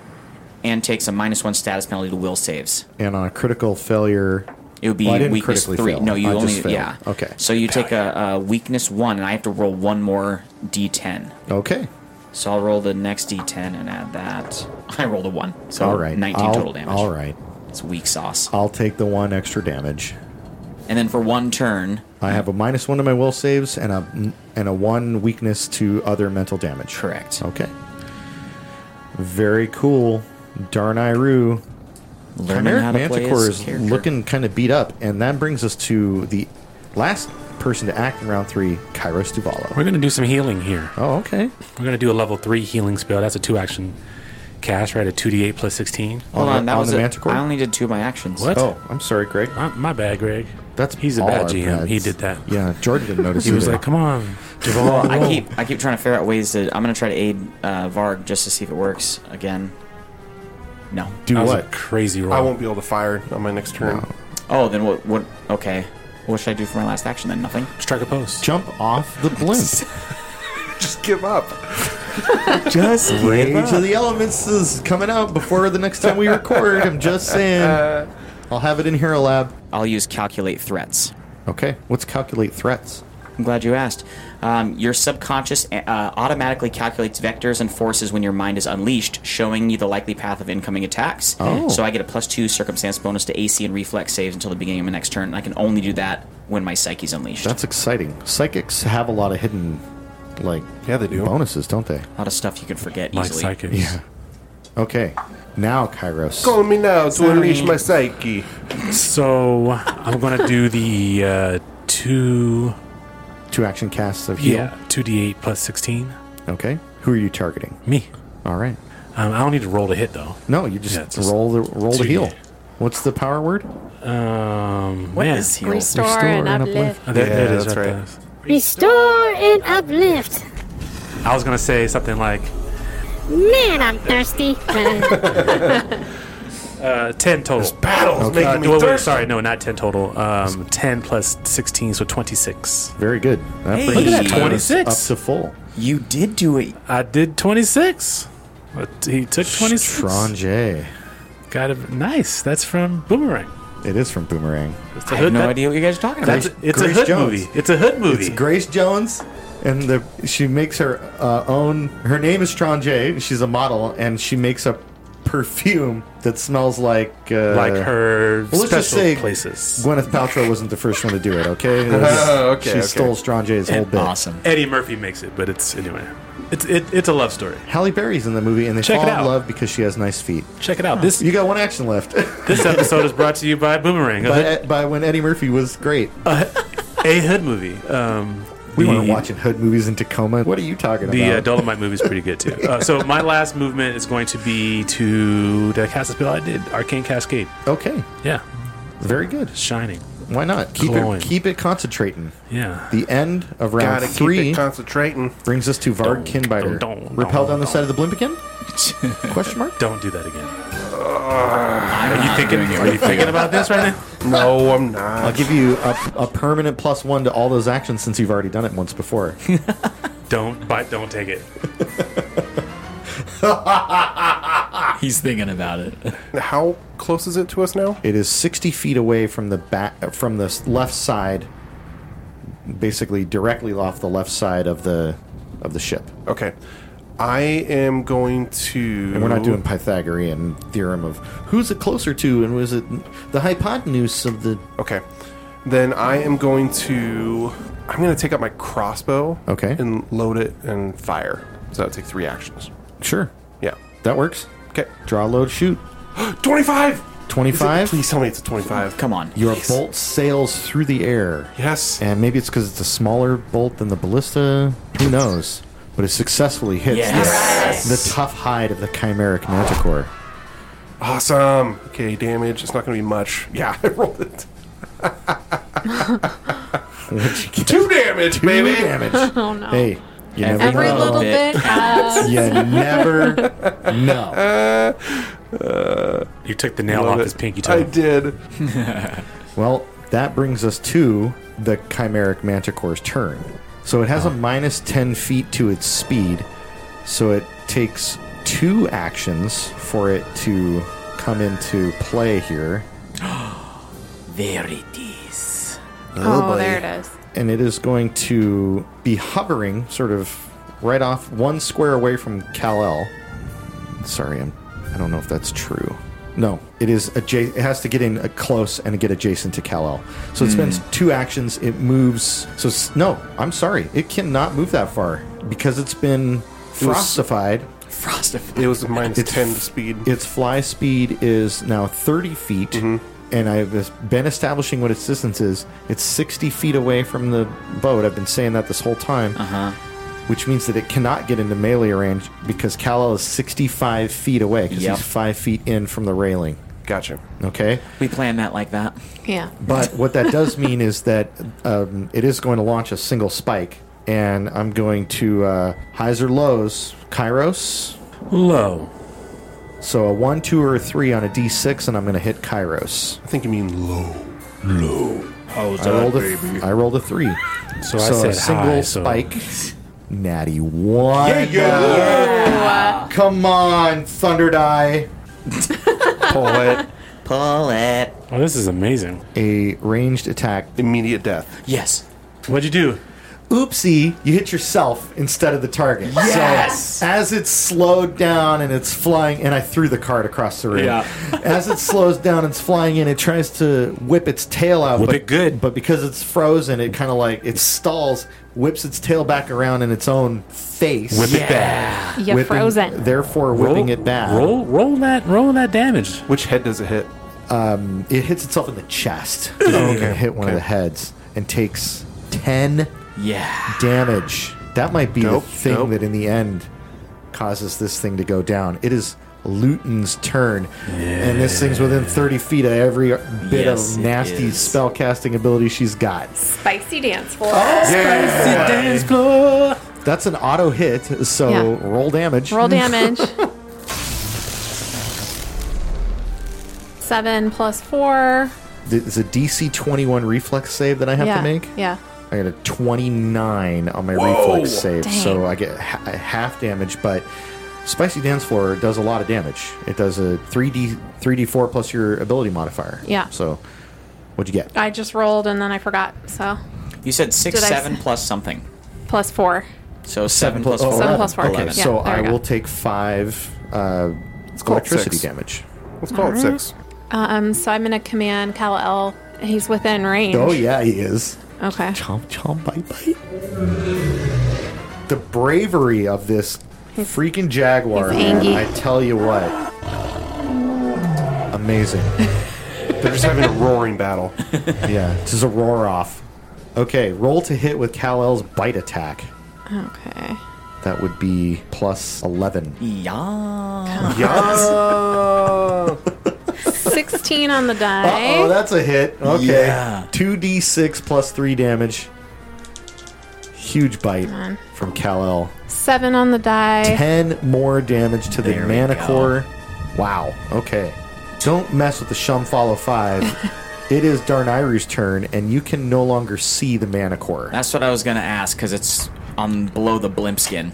and takes a minus one status penalty to will saves. And on a critical failure, It would be Well, I didn't weakness critically three. fail. No, you I only just failed. yeah. Okay. So you take a, a weakness one, and I have to roll one more d10. okay. So I'll roll the next d10 and add that. I rolled a one, so All right. 19 I'll- Oh, total damage. All right. it's weak sauce. I'll take the one extra damage. And then for one turn, I have a minus one to my will saves and a and a one weakness to other mental damage. correct. Okay. Very cool. Darn Iru. Learning how Chimeric to play Manticore his is character. looking kind of beat up, and that brings us to the last person to act in round three, Kairos Duvalo. We're gonna do some healing here. Oh, okay. We're gonna do a level three healing spell. That's a two action cast, right? A two d eight plus sixteen. Hold on the- on, that on was the a- Manticore? I only did two of my actions. What? Oh, I'm sorry, Greg. My, my bad, Greg. That's He's a all bad our GM. He pads. did that. Yeah, Jordan didn't notice. He was either. like, "Come on, Well, Javon." I keep I keep trying to figure out ways to. I'm gonna try to aid uh, Varg just to see if it works again. No. do That was a what? crazy roll. I won't be able to fire on my next turn. Oh, then what? What? Okay. What should I do for my last action then? Nothing. strike a post. Jump off the blimp. Just give up. Just wait till the elements is coming out before the next time we record. I'm just saying. I'll have it in Hero Lab. I'll use calculate threats. Okay, let's calculate threats. I'm glad you asked. Um, your subconscious uh, automatically calculates vectors and forces when your mind is unleashed, showing you the likely path of incoming attacks. Oh. So I get a plus two circumstance bonus to AC and reflex saves until the beginning of my next turn. And I can only do that when my psyche's unleashed. That's exciting. Psychics have a lot of hidden, like Yeah, they do. bonuses, don't they? a lot of stuff you can forget like easily. psychics. Okay, now Kairos. Call me now to unleash my psyche. So I'm gonna do the uh, two. Two action casts of heal. Yeah, two d8 plus sixteen. Okay. Who are you targeting? Me. All right. Um, I don't need to roll to hit though. No, you just, Yeah, it's just roll the roll the two heal. D. What's the power word? Um, What man. is heal? Restore, Restore and and uplift. Oh, there, Yeah, there it is. that's right right. there. Restore and uplift. I was gonna say something like Man, I'm thirsty. Uh, uh, ten total. Battles Uh, making me wait, wait, thirsty. sorry, no, not ten total. Um, ten plus sixteen, so twenty-six. Very good. That Hey. brings Look at that, Kairos 26. up to full. You did do it. I did twenty-six. But he took twenty-six. Strange. Got it. Nice. That's from Boomerang. It is from Boomerang. It's a I have no that- idea what you guys are talking about. That's, it's a Grace hood Jones. movie. It's a hood movie. It's Grace Jones, and the she makes her uh, own. Her name is Strange. She's a model, and she makes a perfume that smells like uh, like her Well, let's just special say places. Gwyneth Paltrow wasn't the first one to do it. Okay, It was- Oh, okay, She okay. stole Strange's whole bit. awesome. Eddie Murphy makes it, but it's anyway. It's it, it's a love story. Halle Berry's in the movie, and they Check it fall in out. love because she has nice feet. Check it out. This You got one action left, this episode is brought to you by Boomerang, a, hood, by, by when Eddie Murphy was great. a hood movie. Um, we the, weren't watching hood movies in Tacoma. What are you talking The uh, about? Dolomite movie is pretty good too. Uh, so my last movement is going to be to the cast a spell I did, Arcane Cascade. okay, Yeah, very good. shining. Why not keep Glowing. it keep it concentrating? Yeah. The end of round Gotta three. keep it concentrating. Brings us to Varg Kinbiter. dun, dun, Repel down the dun. side of the blimp again? Question mark? Don't do that again. Are you thinking? Are you thinking about this right now? No, I'm I'll not. give you a, a permanent plus one to all those actions since you've already done it once before. Don't bite. Don't take it. He's thinking about it. How close is it to us now? it is 60 feet away from the back, from the s- left side, basically directly off the left side of the of the ship. Okay. I am going to. And we're not doing Pythagorean theorem of who's it closer to and was it the hypotenuse of the. Okay. Then I am going to. I'm going to take out my crossbow. Okay. And load it and fire. So that'll take three actions. Sure, Yeah. that works. Okay. Draw, load, shoot. 25! 25? Please tell me it's a 25. Come on. Your bolt sails through the air. Yes. And maybe it's because it's a smaller bolt than the ballista. Who knows? But it successfully hits the, the tough hide of the chimeric manticore. Awesome. Okay, damage. It's not going to be much. Yeah, I rolled it. Two damage, baby. Damage. Oh no. hey, you never Every know. little bit bit counts. you never know. You took the nail Love off it. his pinky toe. I did. Well, that brings us to the chimeric manticore's turn. So it has a minus 10 feet to its speed, so it takes two actions for it to come into play here. There it is. Oh, there it is. and it is going to be hovering sort of right off one square away from Kal-El. Sorry, I'm I don't know if that's true. No, it is adja- it has to get in uh, close and get adjacent to Kal-El. So it spends two actions, it moves. So s- no, I'm sorry. It cannot move that far because it's been frostified. Frostify. It was a minus It's- 10 to speed. Its fly speed is now 30 feet, and I've been establishing what its distance is. It's 60 feet away from the boat. I've been saying that this whole time. Which means that it cannot get into melee range because Kal-El is 65 feet away because Yep. he's five feet in from the railing. gotcha. Okay? We planned that like that. Yeah. But what that does mean is that um, it is going to launch a single spike, and I'm going to uh, highs or lows, Kairos. Low. So a one, two, or a three on a d6, and I'm going to hit Kairos. I think you mean low. I rolled, a I rolled a three. So, I so said a single high, so- spike. Natty one. Come on, Thunder Die. Pull it. Pull it. Oh, this is amazing. A ranged attack. Immediate death. Yes. What'd you do? Oopsie, you hit yourself instead of the target. Yes! as it slowed down and it's flying, and I threw the card across the room. Yeah. as it slows down, it's flying in. It tries to whip its tail out. Whip but, it good. But because it's frozen, it kind of like, it stalls, whips its tail back around in its own face. Whip it back. You whipping- frozen. Therefore, whipping it back. Roll, roll that, roll that damage. Which head does it hit? It hits itself in the chest. Oh, okay. Hit one of the heads and takes 10 Yeah. damage. That might be Nope, the thing nope. that in the end causes this thing to go down. It is Luton's turn. And this thing's within 30 feet of every bit Yes, of it nasty is. spell casting ability she's got. Spicy dance floor. Oh, Dance floor. That's an auto hit, so Yeah. roll damage. Roll damage. Seven plus four. It's a DC 21 reflex save that I have yeah. to make. Yeah. I got a 29 on my reflex save, so I get ha- half damage, but Spicy Dance Floor does a lot of damage. It does a 3D 3d4 plus your ability modifier. Yeah. So what'd you get? I just rolled and then I forgot. So You said six, Did I seven say- plus something. plus four. So seven, plus Oh, four. Seven plus four. Okay, Eleven. Yeah, so there I we go. will take 5 uh, called electricity six. damage. Let's call it six. Um. So I'm gonna command Kal El. He's within range. Oh yeah, he is. Okay. Chomp chomp bite bite. The bravery of this freaking jaguar, He's man, angry. I tell you what. Amazing. They're just having a roaring battle. Yeah, it's just a roar off. Okay, roll to hit with Kal El's bite attack. Okay. That would be plus 11. Yeah. Yeah. Sixteen on the die. Oh, that's a hit. Okay. Yeah. 2d6 plus 3 damage. Huge bite from Kal El. Seven on the die. 10 more damage to the There we Manicore. Wow. Okay. Don't mess with the Shum Follow 5. it is Darnayru's turn, and you can no longer see the Manicore. That's what I was gonna ask because it's on below the blimp skin.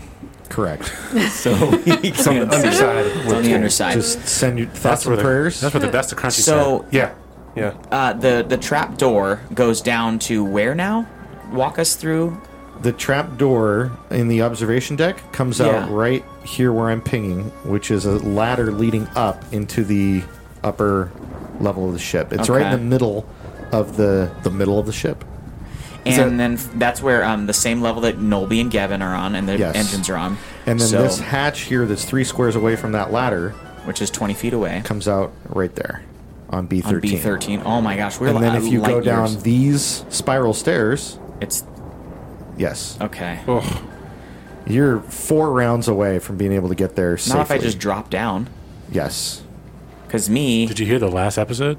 Correct. So he can't see. Underside. It's on the underside. Just send your thoughts where and the prayers. That's where the best of crunchy. so Yeah. Yeah. uh, the the trap door goes down to where now? Walk us through. The trap door in the observation deck comes Yeah. out right here where I'm pinging, which is a ladder leading up into the upper level of the ship. It's right in Okay. the middle of the the middle of the ship. and then f- that's where um, the same level that Nolby and Gavin are on, and the Yes. engines are on. And then so, this hatch here that's 3 squares away from that ladder which is twenty feet away. comes out right there on B13. on B thirteen. Oh my gosh, we're And li- then uh, if you go light down years. these spiral stairs, it's yes, okay. you're four rounds away from being able to get there Not safely. if I just drop down, yes. because me, Did you hear the last episode?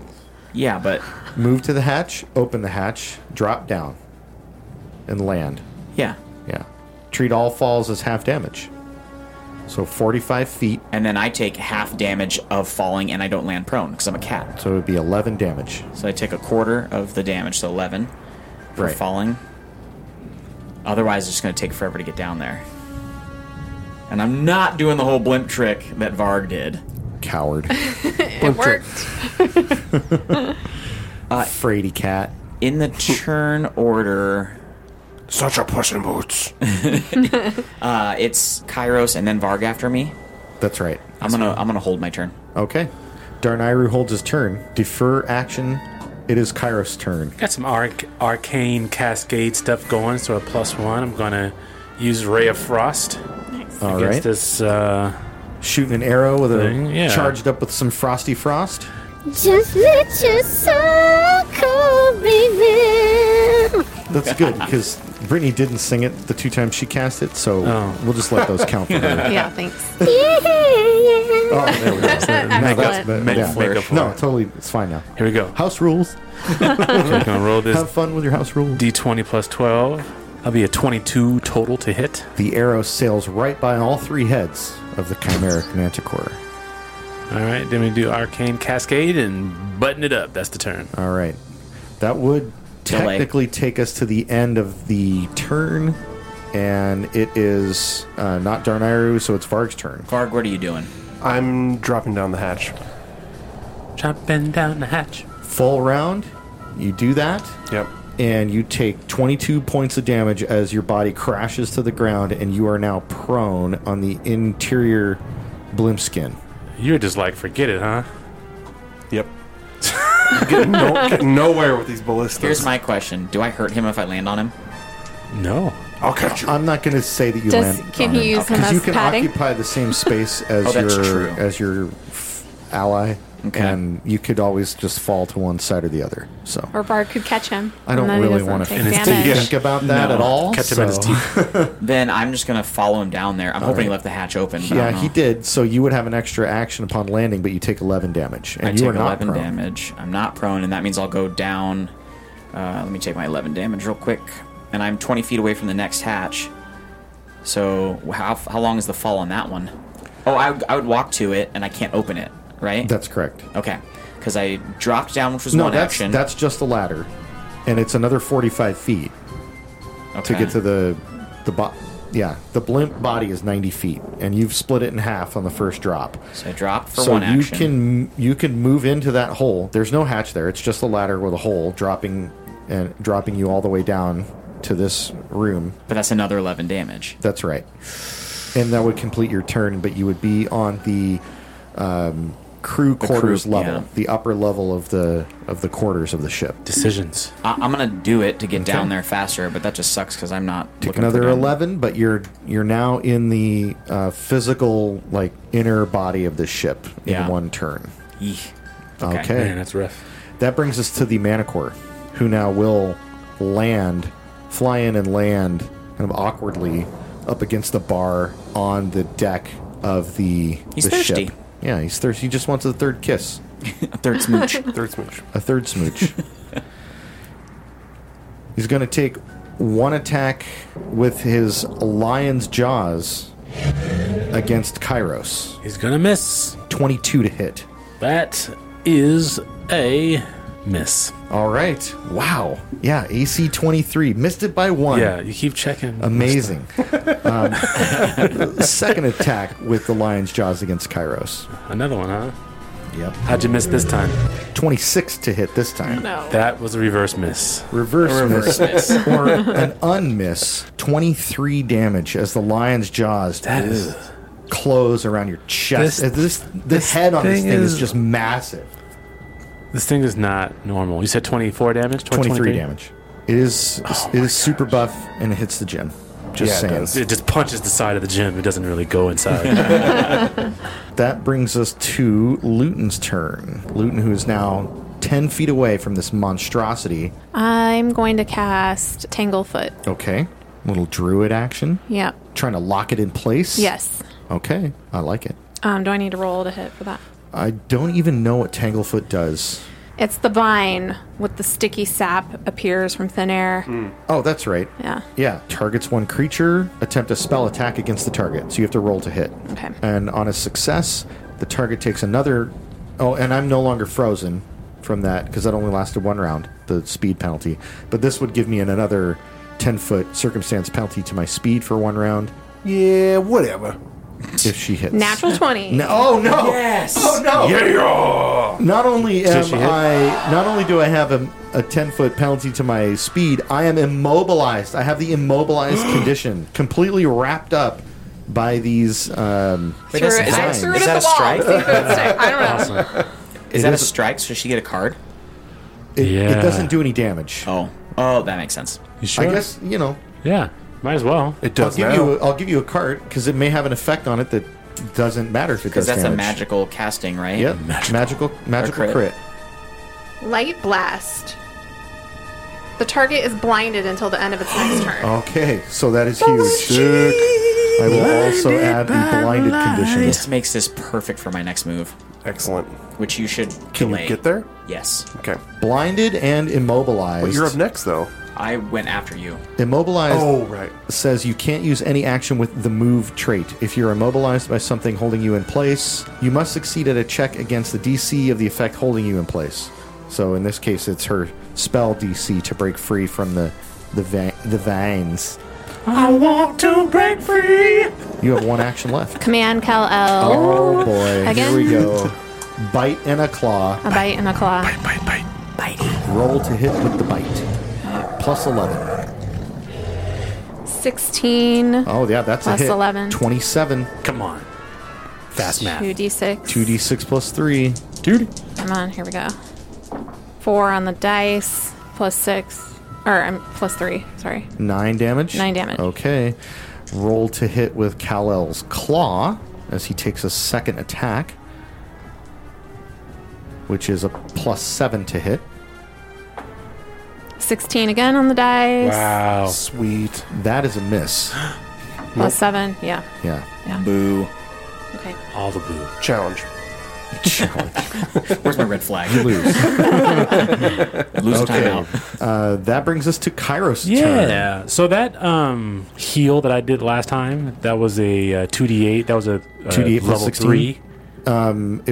yeah, but Move to the hatch, open the hatch, drop down, and land. yeah, Yeah. Treat all falls as half damage. So 45 feet, and then I take half damage of falling, and I don't land prone because I'm a cat. so it would be 11 damage. So I take a quarter of the damage, so eleven for Right. falling. Otherwise, it's just going to take forever to get down there. And I'm not doing the whole blimp trick that Varg did. Coward. It worked. Fraidy cat. In the turn order, Such a puss in boots. uh, it's Kairos and then Varg after me. That's right. I'm gonna I'm gonna hold my turn. Okay. Darnayru holds his turn. Defer action. It is Kairos' turn. Got some arc- arcane cascade stuff going, so a plus one. I'm gonna use Ray of Frost All against right. this. Uh, Shooting an arrow with a Thing, yeah. charged up with some frosty frost. Just let your soul call me in. That's good because Brittany didn't sing it the two times she cast it, so Oh. we'll just let those count for her. Yeah, thanks. Yeah, yeah. Oh, there we go. No, that's- Excellent. Make- yeah. make up for no, it. totally, it's fine now. here we go. House rules. I'm gonna roll this Have fun with your house rules. d20 plus 12. That'll be a 22 total to hit. The arrow sails right by all three heads of the chimeric manticore. All right, then we do arcane cascade and button it up. That's the turn. All right, that would Delay. technically take us to the end of the turn, and it is uh, not Darnayru, so it's Varg's turn. Varg, what are you doing? I'm dropping down the hatch. Jumping down the hatch. Full round, you do that. Yep. and you take 22 points of damage as your body crashes to the ground and you are now prone on the interior blimpskin. You're just like, forget it, huh? Yep. getting, no, getting nowhere with these ballistas. Here's my question: Do I hurt him if I land on him? No. I'll catch you. I'm not going to say that you Does- land can on you it. use him Because you as can padding? occupy the same space as Oh, that's your true. as your f- ally Okay. and you could always just fall to one side or the other. So Or Bard could catch him. I don't and then he really doesn't want to take think damage. think about that at all. Catch him at his so- teeth. Then I'm just gonna follow him down there. I'm hoping he left the hatch open. but I Yeah, don't he know. did. So you would have an extra action upon landing, but you take 11 damage and I you take are not 11 prone. damage. I'm not prone, and that means I'll go down. Uh, let me take my 11 damage real quick, and I'm 20 feet away from the next hatch. So how how long is the fall on that one? Oh, I, I would walk to it, and I can't open it, right? That's correct. okay, because I dropped down, which was No, one that's action. that's just the ladder, and it's another forty-five feet to okay. get to the the bo- yeah the blimp body is ninety feet, and you've split it in half on the first drop. So I dropped for so one you action. can you can move into that hole. There's no hatch there. It's just a ladder with a hole dropping and dropping you all the way down to this room. but that's another 11 damage. That's right, and that would complete your turn. But you would be on the. Um, crew crew, quarters level yeah. the upper level of the of the quarters of the ship Decisions. I, I'm gonna do it to get down there faster, but that just sucks because I'm not. Take looking for another them. eleven, but you're you're now in the uh, physical like inner body of the ship Yeah. in one turn. Yeeh. Okay, Man, that's rough. that brings us to the Manicore, who now will land, fly in and land kind of awkwardly up against the bar on the deck of the He's the thirsty. ship. Yeah, he's thirsty. He just wants a third kiss, A third smooch. Third smooch. a third smooch. he's going to take one attack with his lion's jaws against Kairos. He's gonna miss. 22 to hit. That is a miss. All right. Wow. Yeah, AC 23. Missed it by one. Yeah, you keep checking. Amazing. um, second attack with the lion's jaws against Kairos. Another one, huh? Yep. How'd you miss this time? 26 to hit this time. No. That was a reverse miss. Reverse, reverse miss, or an unmiss. 23 damage as the lion's jaws That is- close around your chest. This- This, this, this head on this thing thing is, is- just massive. This thing is not normal. You said 24 damage? Oh 23 damage. It is it is super buff and it hits the gym. Just Yeah, it saying. does. It just punches the side of the gym. It doesn't really go inside. That brings us to Luton's turn. Luton, who is now 10 feet away from this monstrosity. I'm going to cast Tanglefoot. Okay. Little druid action. Yep. Trying to lock it in place. Yes. Okay. I like it. Um, do I need to roll to hit for that? I don't even know what Tanglefoot does. It's the vine with the sticky sap appears from thin air. Oh, that's right. Yeah. Yeah. Targets one creature, attempt a spell attack against the target. So you have to roll to hit. Okay. And on a success, the target takes another. Oh, and I'm no longer frozen from that because that only lasted one round, the speed penalty. But this would give me an, another 10 foot circumstance penalty to my speed for one round Yeah, whatever. if she hits. Natural 20. No, oh, no. Yes. Oh, no. Yeah. Not only Did she am hit? I, not only do I have a, a ten foot penalty to my speed, I am immobilized. I have the immobilized condition, completely wrapped up by these. Um, Wait, Threw that's it- I fine. threw it Is at the that a wall. strike? See if it would stick. I don't know. Is that a is- strike? So she get a card? it, it Yeah. doesn't do any damage. Oh, oh, that makes sense. you sure? I guess you know. Yeah. Might as well. It I'll does give now. you. A, I'll give you a card because it may have an effect on it that doesn't matter if it does Because that's damage. a magical casting, right? Yep. Magical. Magical. crit. crit. Light blast. The target is blinded until the end of its next turn. Okay, so that is huge. I will also add the blinded condition. This makes this perfect for my next move, Excellent. which you should Can delay. you get there? Yes. Okay. Blinded and immobilized. But you're up next, though. Oh, I went after you. Immobilized right. says you can't use any action with the move trait. If you're immobilized by something holding you in place, you must succeed at a check against the DC of the effect holding you in place. So in this case, it's her spell DC to break free from the the va- the vines. I want to break free. You have one action left. Command Cal L. Oh boy! Again? Here we go. Bite and a claw. A bite and a claw. Bite, bite. Roll to hit with the bite. Plus eleven. 16. Oh yeah, that's Plus a hit. 11. Twenty-seven. Come on. Fast math. 2d6. Two d six plus three. Dude. Come on, here we go. Four on the dice, plus six, or um, plus three. Sorry. Nine damage. Nine damage. Okay. Roll to hit with Kal-El's claw as he takes a second attack, which is a plus seven to hit. Sixteen again on the dice, Wow. Sweet. That is a miss. plus seven. Yeah. Yeah. Boo. Okay. All the boo. Challenge. Where's my red flag? You lose. lose a timeout. Uh, that brings us to Kairos' turn. Yeah. So that um heal that I did last time, that was a uh, two D eight. That was a uh, 2d8 plus level 16? three. It, I it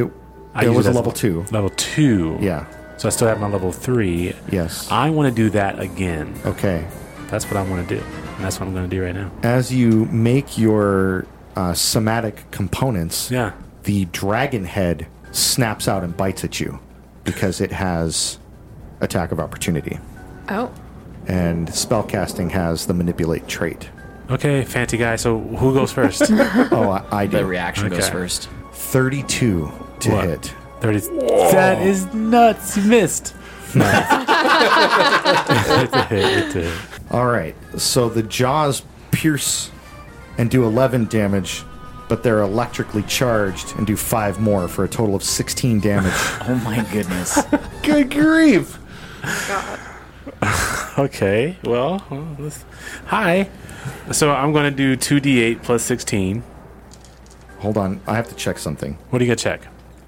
use was a as level two. Level two. Yeah. So I still have my level three. Yes. Oh. I want to do that again. Okay. That's what I want to do. And that's what I'm going to do right now. As you make your uh, somatic components, Yeah. the dragon head snaps out and bites at you because it has attack of opportunity. Oh, and spellcasting has the manipulate trait. Okay, fancy guy. So who goes first? Oh, I, I The do. reaction goes Okay. first. 32 to What? hit. 30. That is nuts. You missed. No. it's a hit. It's a hit. All right, so the jaws pierce and do 11 damage, but they're electrically charged and do 5 more for a total of 16 damage. Oh my goodness. Good grief! Okay, well, well, let's- hi. So I'm going to do 2d8 plus 16. Hold on, I have to check something. What are you going to check?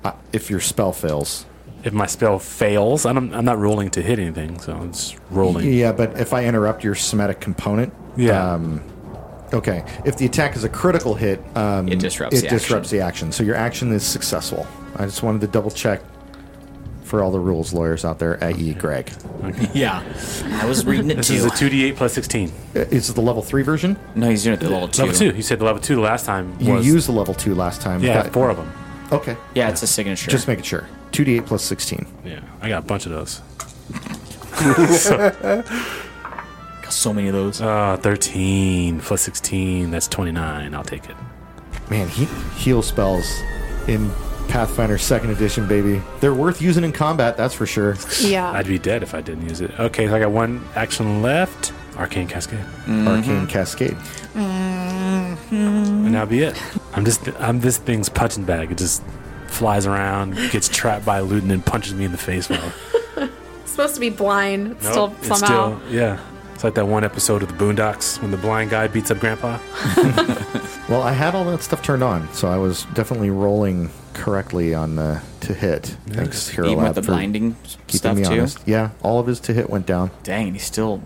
Uh, if your spell fails. If my spell fails, I'm, I'm not rolling to hit anything, so it's rolling. Yeah, but if I interrupt your somatic component, um, Yeah. okay. If the attack is a critical hit, um, It disrupts it the disrupts the action. So your action is successful. I just wanted to double check for all the rules lawyers out there, i.e., Greg. yeah. I was reading it this too. is a 2d8 plus 16. Uh, Is it the level three version? no, he's doing it at the level two. Level 2. You said level 2 the last time. You was, used the level two last time. Yeah, I That- had four of them. Okay, Yeah, it's a signature. just making sure. Two d eight plus sixteen. Yeah, I got a bunch of those. Got so many of those. Uh, 13 plus 16, that's 29. I'll take it. Man, he- heal spells in Pathfinder Second Edition, baby. They're worth using in combat, that's for sure. yeah. I'd be dead if I didn't use it. Okay, so I got one action left. Arcane Cascade. Mm-hmm. Arcane Cascade. And that'll be it. I'm just I'm this thing's punching bag. It just flies around, gets trapped by Luden and punches me in the face with it. It's supposed to be blind. It's Nope, still somehow. yeah. It's like that one episode of the Boondocks when the blind guy beats up grandpa. Well, I had all that stuff turned on, so I was definitely rolling correctly on the to hit. Thanks, Hero Even Lab, with the for blinding keeping stuff me too. honest. Yeah, all of his to hit went down. Dang, and he's still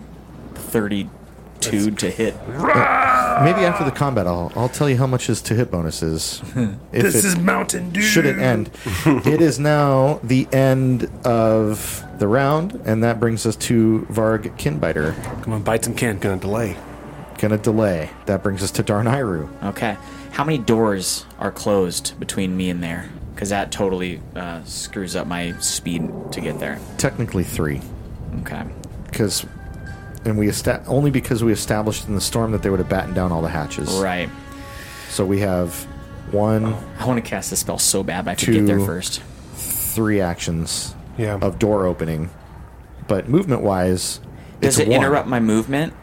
thirty-two to hit. Maybe after the combat, I'll I'll tell you how much his to hit bonus is. If This it- is Mountain Dew. should it end. it is now the end of the round, and that brings us to Varg Kinbiter. Come on, bite some kin. Gonna delay. Gonna delay. That brings us to Darnayru. Okay. How many doors are closed between me and there? Because that totally uh, screws up my speed to get there. Technically three, Okay. because, and we esta- only because we established in the storm that they would have battened down all the hatches. Right. So we have one, I want to cast this spell so bad, but I have to Two. get there first. three actions Yeah. of door opening, but movement wise, it's Does it one. interrupt my movement?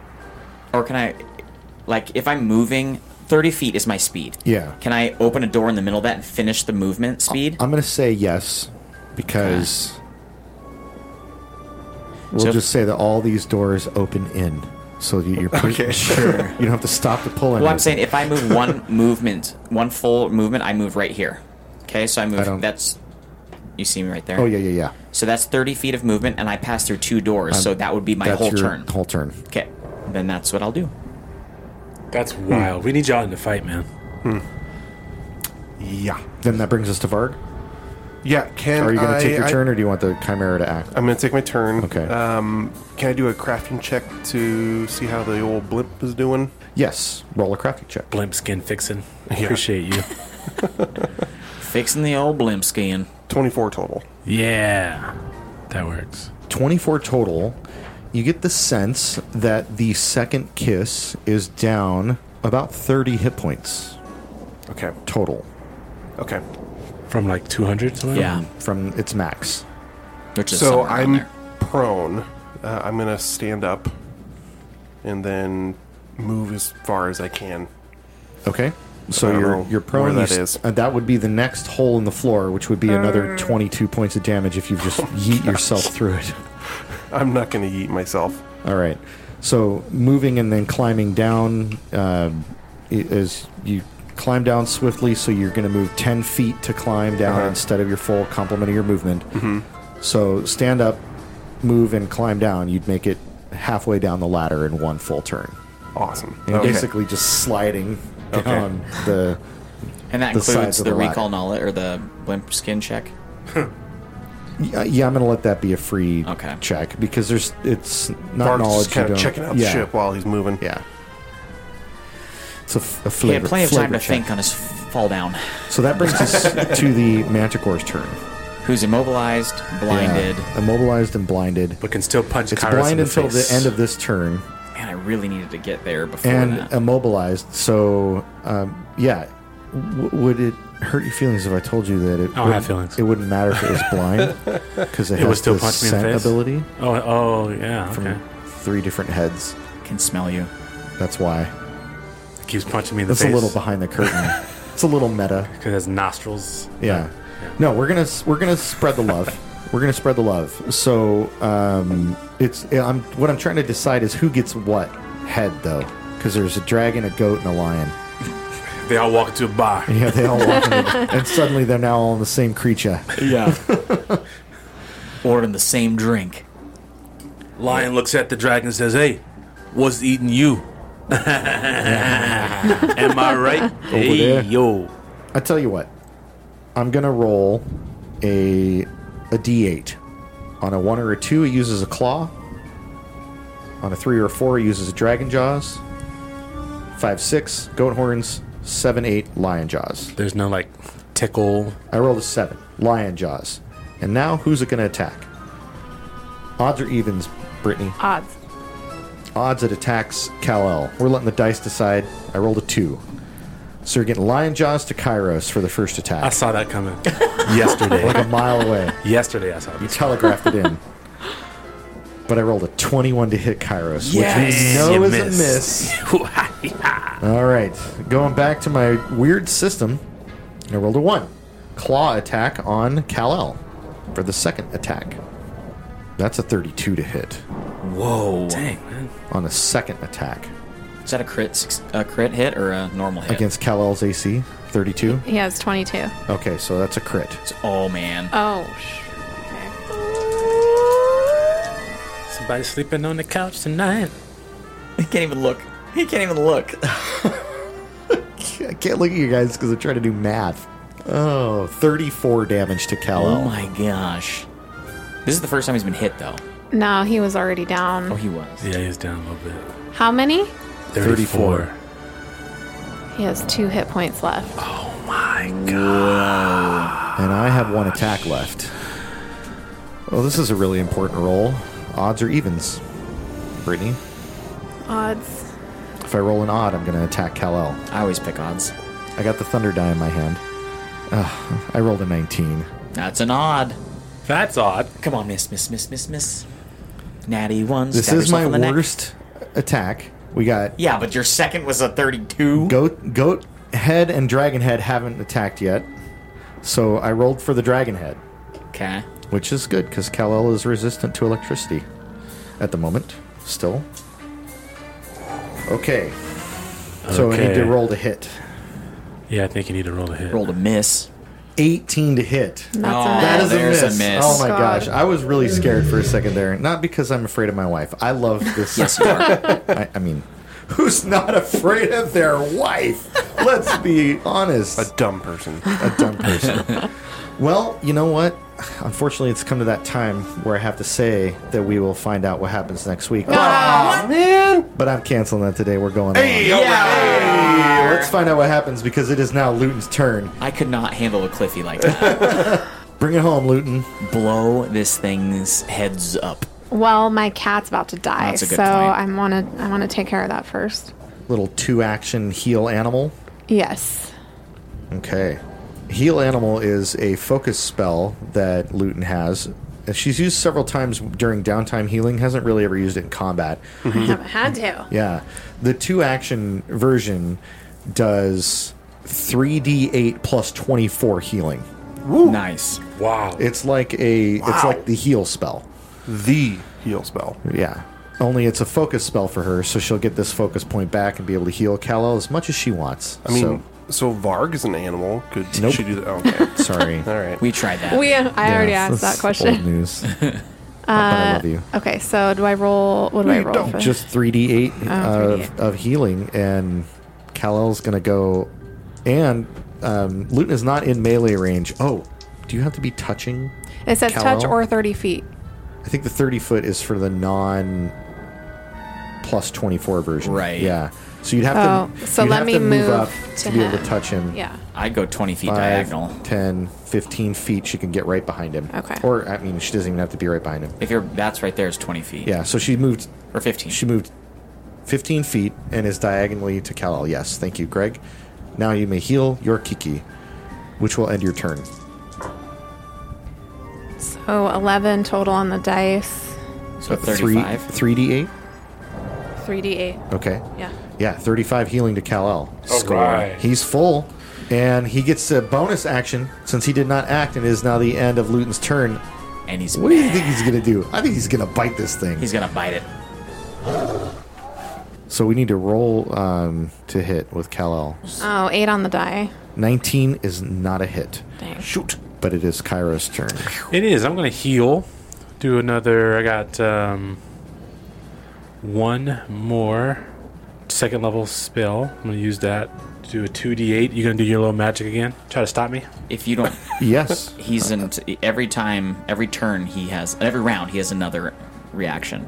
Or can I, like, if I'm moving, 30 feet is my speed. Yeah. Can I open a door in the middle of that and finish the movement speed? I'm gonna say yes because we'll So- just say that all these doors open in, so that you're pretty sure you don't have to stop to pull. well, I'm saying if I move one movement, one full movement, I move right here. Okay, so I move. don't- that's. You see me right there? Oh yeah, yeah, yeah. So that's 30 feet of movement, and I pass through two doors, so that would be my Um, That's whole your turn. Whole turn. Okay, then that's what I'll do. That's wild. We need y'all in the fight, man. Yeah. Then that brings us to Varg. Yeah. Can Are you gonna I- take your I- turn, or do you want the Chimera to act? I'm gonna take my turn. Okay. Um, can I do a crafting check to see how the old blimp is doing? Yes. Roll a crafting check. Blimp skin fixing. Appreciate you. Fixing the old blimp skin. 24 total. Yeah. That works. 24 total. You get the sense that the second kiss is down about 30 hit points Okay. total Okay. From like 200 Hmm. something? Yeah, from its max. which is so somewhere around I'm there. prone. Uh, I'm gonna stand up and then move as far as I can. Okay. So I don't you're know you're prone. where that you is. uh, that would be the next hole in the floor, which would be another 22 points of damage if you just yeet yourself through it. I'm not gonna yeet myself. All right. So moving and then climbing down um, i- is you climb down swiftly, so you're going to move 10 feet to climb down Uh-huh. instead of your full complement of your movement. Mm-hmm. So stand up, move, and climb down. You'd make it halfway down the ladder in one full turn. Awesome. And Okay. Basically, just sliding Okay. down the. and that the sides includes of the, the ladder. recall knowledge or the blimp skin check. Yeah, yeah, I'm going to let that be a free Okay. check because there's it's not Bart's knowledge. just you kind of don't- checking out the yeah, ship while he's moving. Yeah. It's a, f- a He flavor. had plenty of time flavor to check. think on his f- fall down. So that brings us to the Manticore's turn. Who's immobilized, blinded. Yeah. Immobilized and blinded. But can still punch It's Kairos in blind the until face. the end of this turn Man, I really needed to get there before and um, that. immobilized. So, um, yeah. W- would it hurt your feelings if I told you that it, Oh, I don't have feelings. it wouldn't matter if it was blind? Because it, would has still the punch me in the scent face? ability oh, oh, yeah. Okay. from three different heads. Can smell you. That's why. Keeps punching me in the That's face. a little behind the curtain. it's a little meta. Because it has nostrils. Yeah. No, we're gonna we're gonna spread the love. we're gonna spread the love. So um, it's I'm what I'm trying to decide is who gets what head though, because there's a dragon, a goat, and a lion. They all walk to a bar. Yeah, they all walk, in the- and suddenly they're now all in the same creature. Yeah. Ordering the same drink. Lion looks at the dragon and says, Hey, what's eating you? Am I right? hey, there. yo. I tell you what, I'm gonna roll a a d8. On a one or a two, it uses a claw. On a three or a four, it uses dragon jaws. Five, six, goat horns. Seven, eight, lion jaws. There's no like tickle. I rolled a seven. Lion Jaws. And now, who's it going to attack? Odds or evens, Brittany? Odds. Odds it attacks Kal El. We're letting the dice decide. I rolled a two. So you're getting Lion Jaws to Kairos for the first I attack. saw that coming yesterday. like a mile away. yesterday, I saw You this. telegraphed it in. But I rolled a 21 to hit Kairos, Yes! which we You know is missed. a miss. All right, going back to my weird system, I rolled a one. Claw attack on Kal-El for the second attack. That's a 32 to hit Whoa. Dang, man. on the second attack Is that a crit suc- a crit hit or a normal hit? against Kal-El's AC 32. He has 22. Okay, so that's a crit. Oh man. Oh, sh- okay. Somebody sleeping on the couch tonight. He can't even look. He can't even look. I can't look at you guys because I'm trying to do math. Oh, 34 damage to Oh Kal-El. my gosh. This is the first time he's been hit though. No, he was already down. Oh, he was. Yeah, he's down a little bit. How many? 34. He has two hit points left. and I have one attack left. Well, this is a really important roll. Odds or evens, Brittany? Odds. If I roll an odd, I'm going to attack Kal-El. I always pick odds. I got the thunder die in my hand. Ugh, I rolled a 19. That's an odd. That's odd. Come on, miss, miss, miss, miss, miss. Natty one. This stab is yourself my in the neck. worst attack. We got Yeah, but your second was a 32. goat, goat head, and dragon head haven't attacked yet. So I rolled for the dragon head, Okay. which is good because Kal-El is resistant to electricity at the moment. Still. Okay. So I need Okay. to roll to hit. Yeah, I think you need to roll a hit. Rolled a miss. 18 to hit. That's Oh, a That miss. is a There's miss. a miss. Oh my God. gosh. I was really scared for a second there. Not because I'm afraid of my wife. I love this Yes, you are. I, I mean, who's not afraid of their wife? Let's be honest. A dumb person. A dumb person. well, you know what? Unfortunately, it's come to that time where I have to say that we will find out what happens next week. But I'm canceling that today. We're going on. yeah. Let's find out what happens because it is now Luton's turn. I could not handle a Cliffy like that. Bring it home, Luton. Blow this thing's heads up. Well, my cat's about to die, That's a good so point. I want to I want to take care of that first. Little two action heal animal. Yes. Okay. Heal Animal is a focus spell that Luton has. And She's used several times during downtime healing, hasn't really ever used it in combat. haven't had to. Mm-hmm. Yeah. The two action version does 3d8 plus 24 healing. Nice. Wow. It's like a it's like the heal spell. the heal spell. Yeah. Only it's a focus spell for her, so she'll get this focus point back and be able to heal Kal-El as much as she wants. I mean, so, Varg is an animal. Could Nope. she do that? Oh, okay. so, sorry. All right. We tried that. We I already asked that that's Old question. news. but I love you. Okay, so do I roll? What do I you roll? don't, for- just 3d8 Oh, of, of healing and Kal-El's gonna go and um, Luton is not in melee range oh do you have to be touching it says touch Kal-El? or thirty feet. I think the 30 foot is for the non plus 24 version Right. yeah so you'd have Oh, to so you'd let have me to move move up to to, be able to him. touch him Yeah. I'd go 20 feet Five, diagonal. 10 15 feet she can get right behind him Okay. or I mean she doesn't even have to be right behind him If your that's right there is 20 feet. yeah so she moved Or 15. She moved 15 feet and is diagonally to Kal-El. Yes, thank you, Greg. Now you may heal your Kiki, which will end your turn. So eleven total on the dice. so Three, 35. 3d8? Three d eight. Okay. Yeah. Yeah, 35 healing to Kal-El. Score. right. He's full, and he gets a bonus action since he did not act and it is now the end of Luton's turn. And he's What do you think he's going to do? I think he's going to bite this thing. he's gonna bite it. so we need to roll um, to hit with Kal-El. Oh, eight on the die. 19 is not a hit, Dang. Shoot. but it is Kairos' turn. It is. I'm gonna heal. Do another. I got um, one more second level spell. I'm gonna use that. Do a two d8. You gonna do your little magic again? Try to stop me. If you don't Yes. he's in every time every turn he has every round he has another reaction.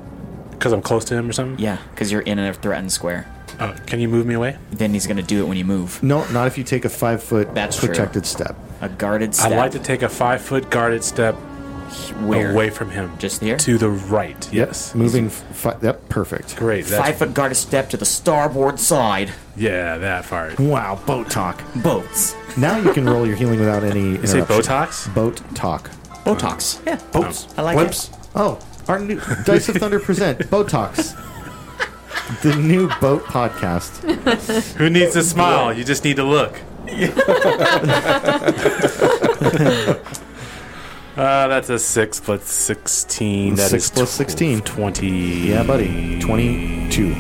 Because I'm close to him or something. Yeah, because you're in a threatened square. Oh, can you move me away? Then he's gonna do it when you move. No, not if you take a five foot That's protected step. A guarded step. I'd like to take a five foot guarded step Where? away from him. Just here? To the right. Yes. Moving. Fi- yep, perfect. Great. That's, Five foot guarded step to the starboard side. yeah, that far. Wow, boat talk. Boats. Now you can roll your healing without any. You say Botox? Oh. Boat talk. Botox. Yeah. Boats. I like it. Wimps. Oh, Our new Dice of Thunder present Botox, the new boat podcast. Who needs to smile? You just need to look. uh, that's a 6 plus 16. That Six is plus 16. 20. Yeah, buddy. 22.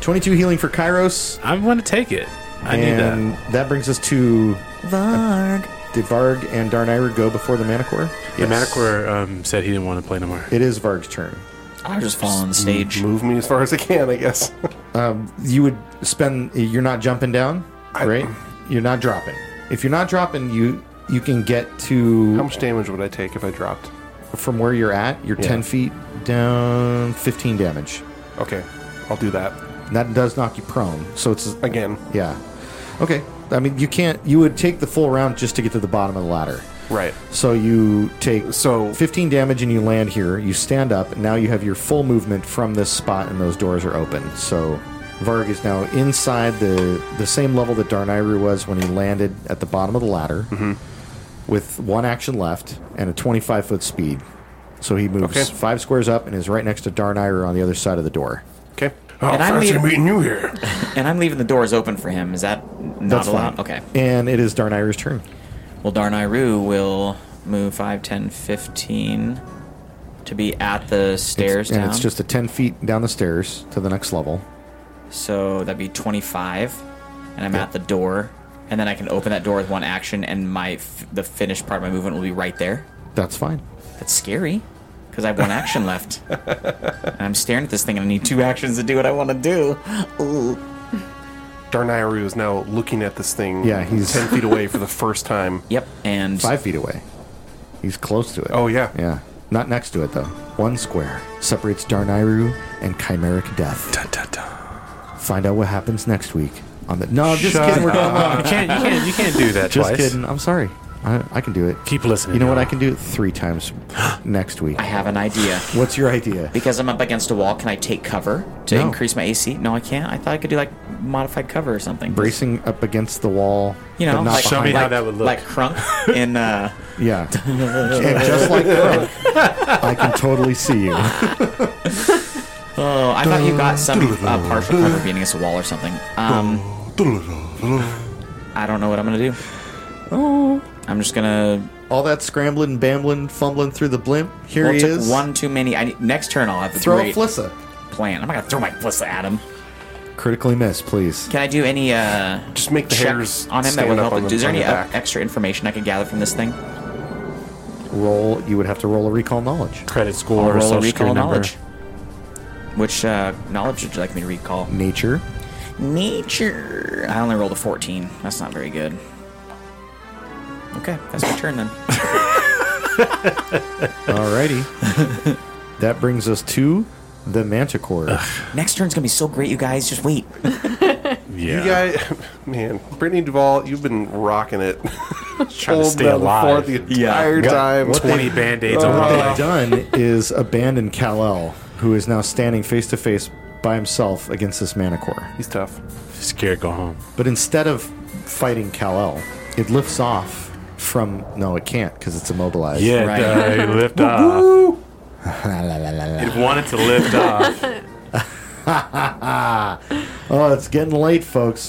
22 healing for Kairos. I'm going to take it. I and need that. brings us to Varg. Did Varg and Darnayra go before the Manicore? that. The Manicore um, said he didn't want to play no more. It is Varg's turn. I'll just fall on the stage. Move me as far as I can, I guess. You would spend. You're not jumping down, right? You're not dropping. If you're not dropping, you you can get to How much damage would I take if I dropped? from where you're at. You're 10 feet down, 15 damage. Okay, I'll do that And that does knock you prone. So it's again. yeah. Okay. I mean, you can't. You would take the full round just to get to the bottom of the ladder. Right. So you take So- 15 damage and you land here. You stand up. And now you have your full movement from this spot, and those doors are open. So Varg is now inside the the same level that Darnayru was when he landed at the bottom of the ladder, Mm-hmm. with one action left and a 25 foot speed. So he moves Okay. five squares up and is right next to Darnayru on the other side of the door. Okay. Oh, And I fancy made- meeting you here. And I'm leaving the doors open for him. Is that not That's allowed? fine. Okay. And it is Darnayru's turn. Well, Darnayru will move 5, 10, 15 to be at the stairs and down. it's just a 10 feet down the stairs to the next level. So that'd be 25, and I'm at the door, and then I can open that door with one action, and my f- the finished part of my movement will be right there. That's fine. That's scary, because I have one action left. And I'm staring at this thing, and I need two actions to do what I want to do. Ooh. Darnayru is now looking at this thing. Yeah, he's- ten feet away for the first time. Yep, and Five feet away. He's close to it. Oh yeah. Yeah. Not next to it, though. One square separates Darnayru and Chimeric Death. Find out what happens next week on the. No, I'm just Shut kidding. We're going You on. can't, you, can't, you can't do that Just twice. kidding. I'm sorry. I, I can do it. Keep listening. You know what? y'all. I can do it three times next week. I have an idea. What's your idea? Because I'm up against a wall, can I take cover to No. increase my AC? No, I can't. I thought I could do like modified cover or something. Bracing up against the wall. you know, but not like, Show me behind how like- that would look. Like Crunk in uh, it. Yeah. and just like Croak, I can totally see you. Oh, I thought you got some uh, partial cover being against a wall or something. Um, I don't know what I'm gonna do. Oh. I'm just gonna. All that scrambling, bambling, fumbling through the blimp. Here Well, he it took is. one too many. I, need- next turn I'll have a Throw a great flissa. plan. I'm not gonna throw my flissa at him. Critically missed, please. Can I do any uh, Just make the checks hairs on him that stand would up help? on the- Is there on any your uh, back. extra information I could gather from this thing? Roll. You would have to roll a recall knowledge. Credit I'll score, roll a social recall security number. knowledge. Which uh, knowledge would you like me to recall? Nature. Nature. I only rolled a 14. That's not very good. Okay, that's my turn then. Alrighty. that brings us to the Manticore. Next turn's gonna be so great, you guys. Just wait. You Yeah. guys, man, Brittany Duvall, you've been rocking it. trying to Pulled stay down the floor alive. the entire time. what they- 20 band aids on what my they've life. done is abandon Kal El, who is now standing face to face by himself against this Manticore. He's tough. Scared, go home. But instead of fighting Kal El, it lifts off from. No, it can't because it's immobilized. Yeah, Right. it, uh, lift off. It wanted to uh, lift off. Oh, it's getting late, folks.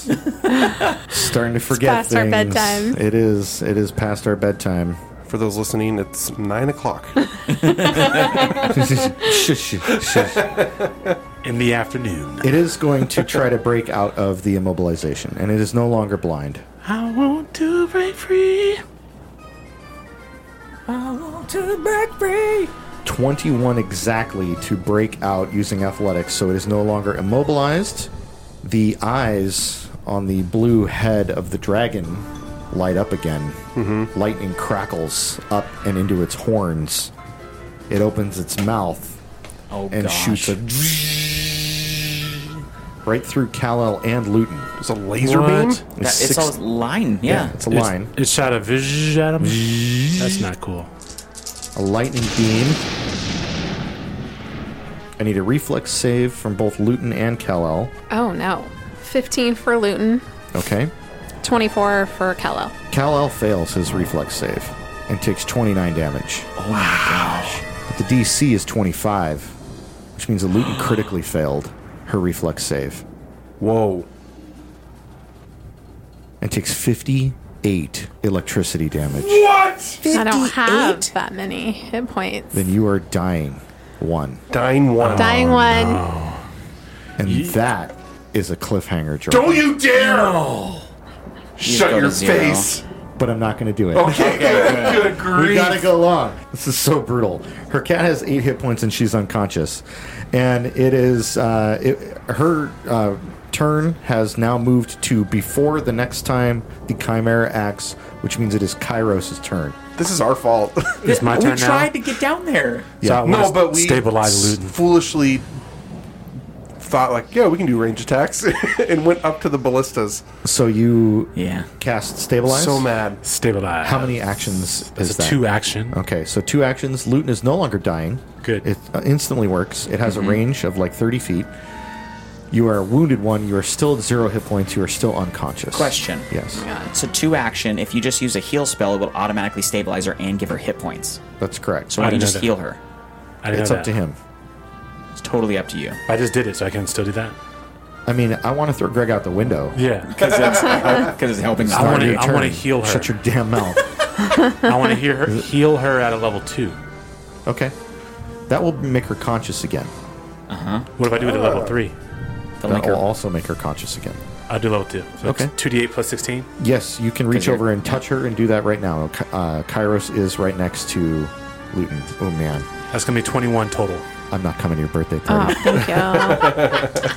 Starting to forget past our things. bedtime. It is. It is past our bedtime. For those listening, it's nine o'clock. Shush, shush. In the afternoon. It is going to try to break out of the immobilization, and it is no longer blind. I want to break free. 21 exactly to break out using athletics, so it is no longer immobilized. The eyes on the blue head of the dragon light up again. Lightning crackles up and into its horns. It opens its mouth Oh and gosh. shoots a right through Kal-El and Luton. It's a laser What? beam. That, it's Six- a line. Yeah. it's a line. It shot a viz at him. That's not cool. a lightning beam. I need a reflex save from both Luton and Kal-El. Oh no. 15 for Luton, Okay. 24 for Kello. Kal-El fails his reflex save and takes 29 damage. oh my gosh. The The DC is 25, which means that Luton critically failed her reflex save Whoa. and takes 58 electricity damage. I don't have that many hit points. Then you are dying one. Dying one. Dying one. And that is a cliffhanger, Jordan. Don't Oh, you dare! Shut go to your zero. face. But I'm not going to do it. Okay, good grief. We gotta go long. This is so brutal. Her cat has eight hit points and she's unconscious, and it is uh, it, her uh, turn has now moved to before the next time the chimera acts, which means it is Kairos' turn. This is our fault. It's my we turn now. tried to get down there. So I wanna no, but we stabilize s- Luton. foolishly thought like, yeah, we can do range attacks, and went up to the ballistas. So you Yeah. cast stabilize. So mad. Stabilize. How many actions It's is a that? two action. Okay, so two actions. Luton is no longer dying. Good. Mm-hmm. It uh, instantly works. It has a range of like 30 feet. You are a wounded one. You are still at zero hit points. You are still unconscious. Question. Yes. It's a two action. If you just use a heal spell, it will automatically stabilize her and give her hit points. That's correct. So why didn't don't you know just that. heal her? I didn't it's know up that. to him. It's totally up to you. I just did it, so I can still do that. I mean, I want to throw Greg out the window. Yeah. Because it's, 'cause it's helping I want Already to. I want to turned. heal her. Shut your damn mouth. I want to hear her heal her at a level two. okay. That will make her conscious again. What if I do it at Oh. level three? the That will linker. also make her conscious again. I'll do level two. So Okay. Two d eight plus sixteen. Yes, you can reach you're- over and touch her and do that right now. Ki- Uh, Kairos is right next to Luton. Oh, man. That's gonna be twenty one total. I'm not coming to your birthday Oh, party. thank you.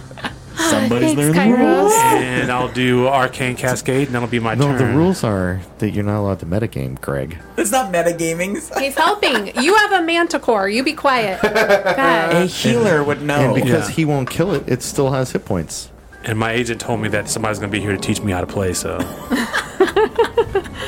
Somebody's Thanks, learning the Kairos. and I'll do arcane cascade, and that'll be my no, turn. the rules are that you're not allowed to metagame, Greg. It's not metagaming. He's helping. You have a manticore. You be quiet. A God. healer would know. and because Yeah. he won't kill it, it still has hit points. And my agent told me that somebody's gonna be here to teach me how to play. So.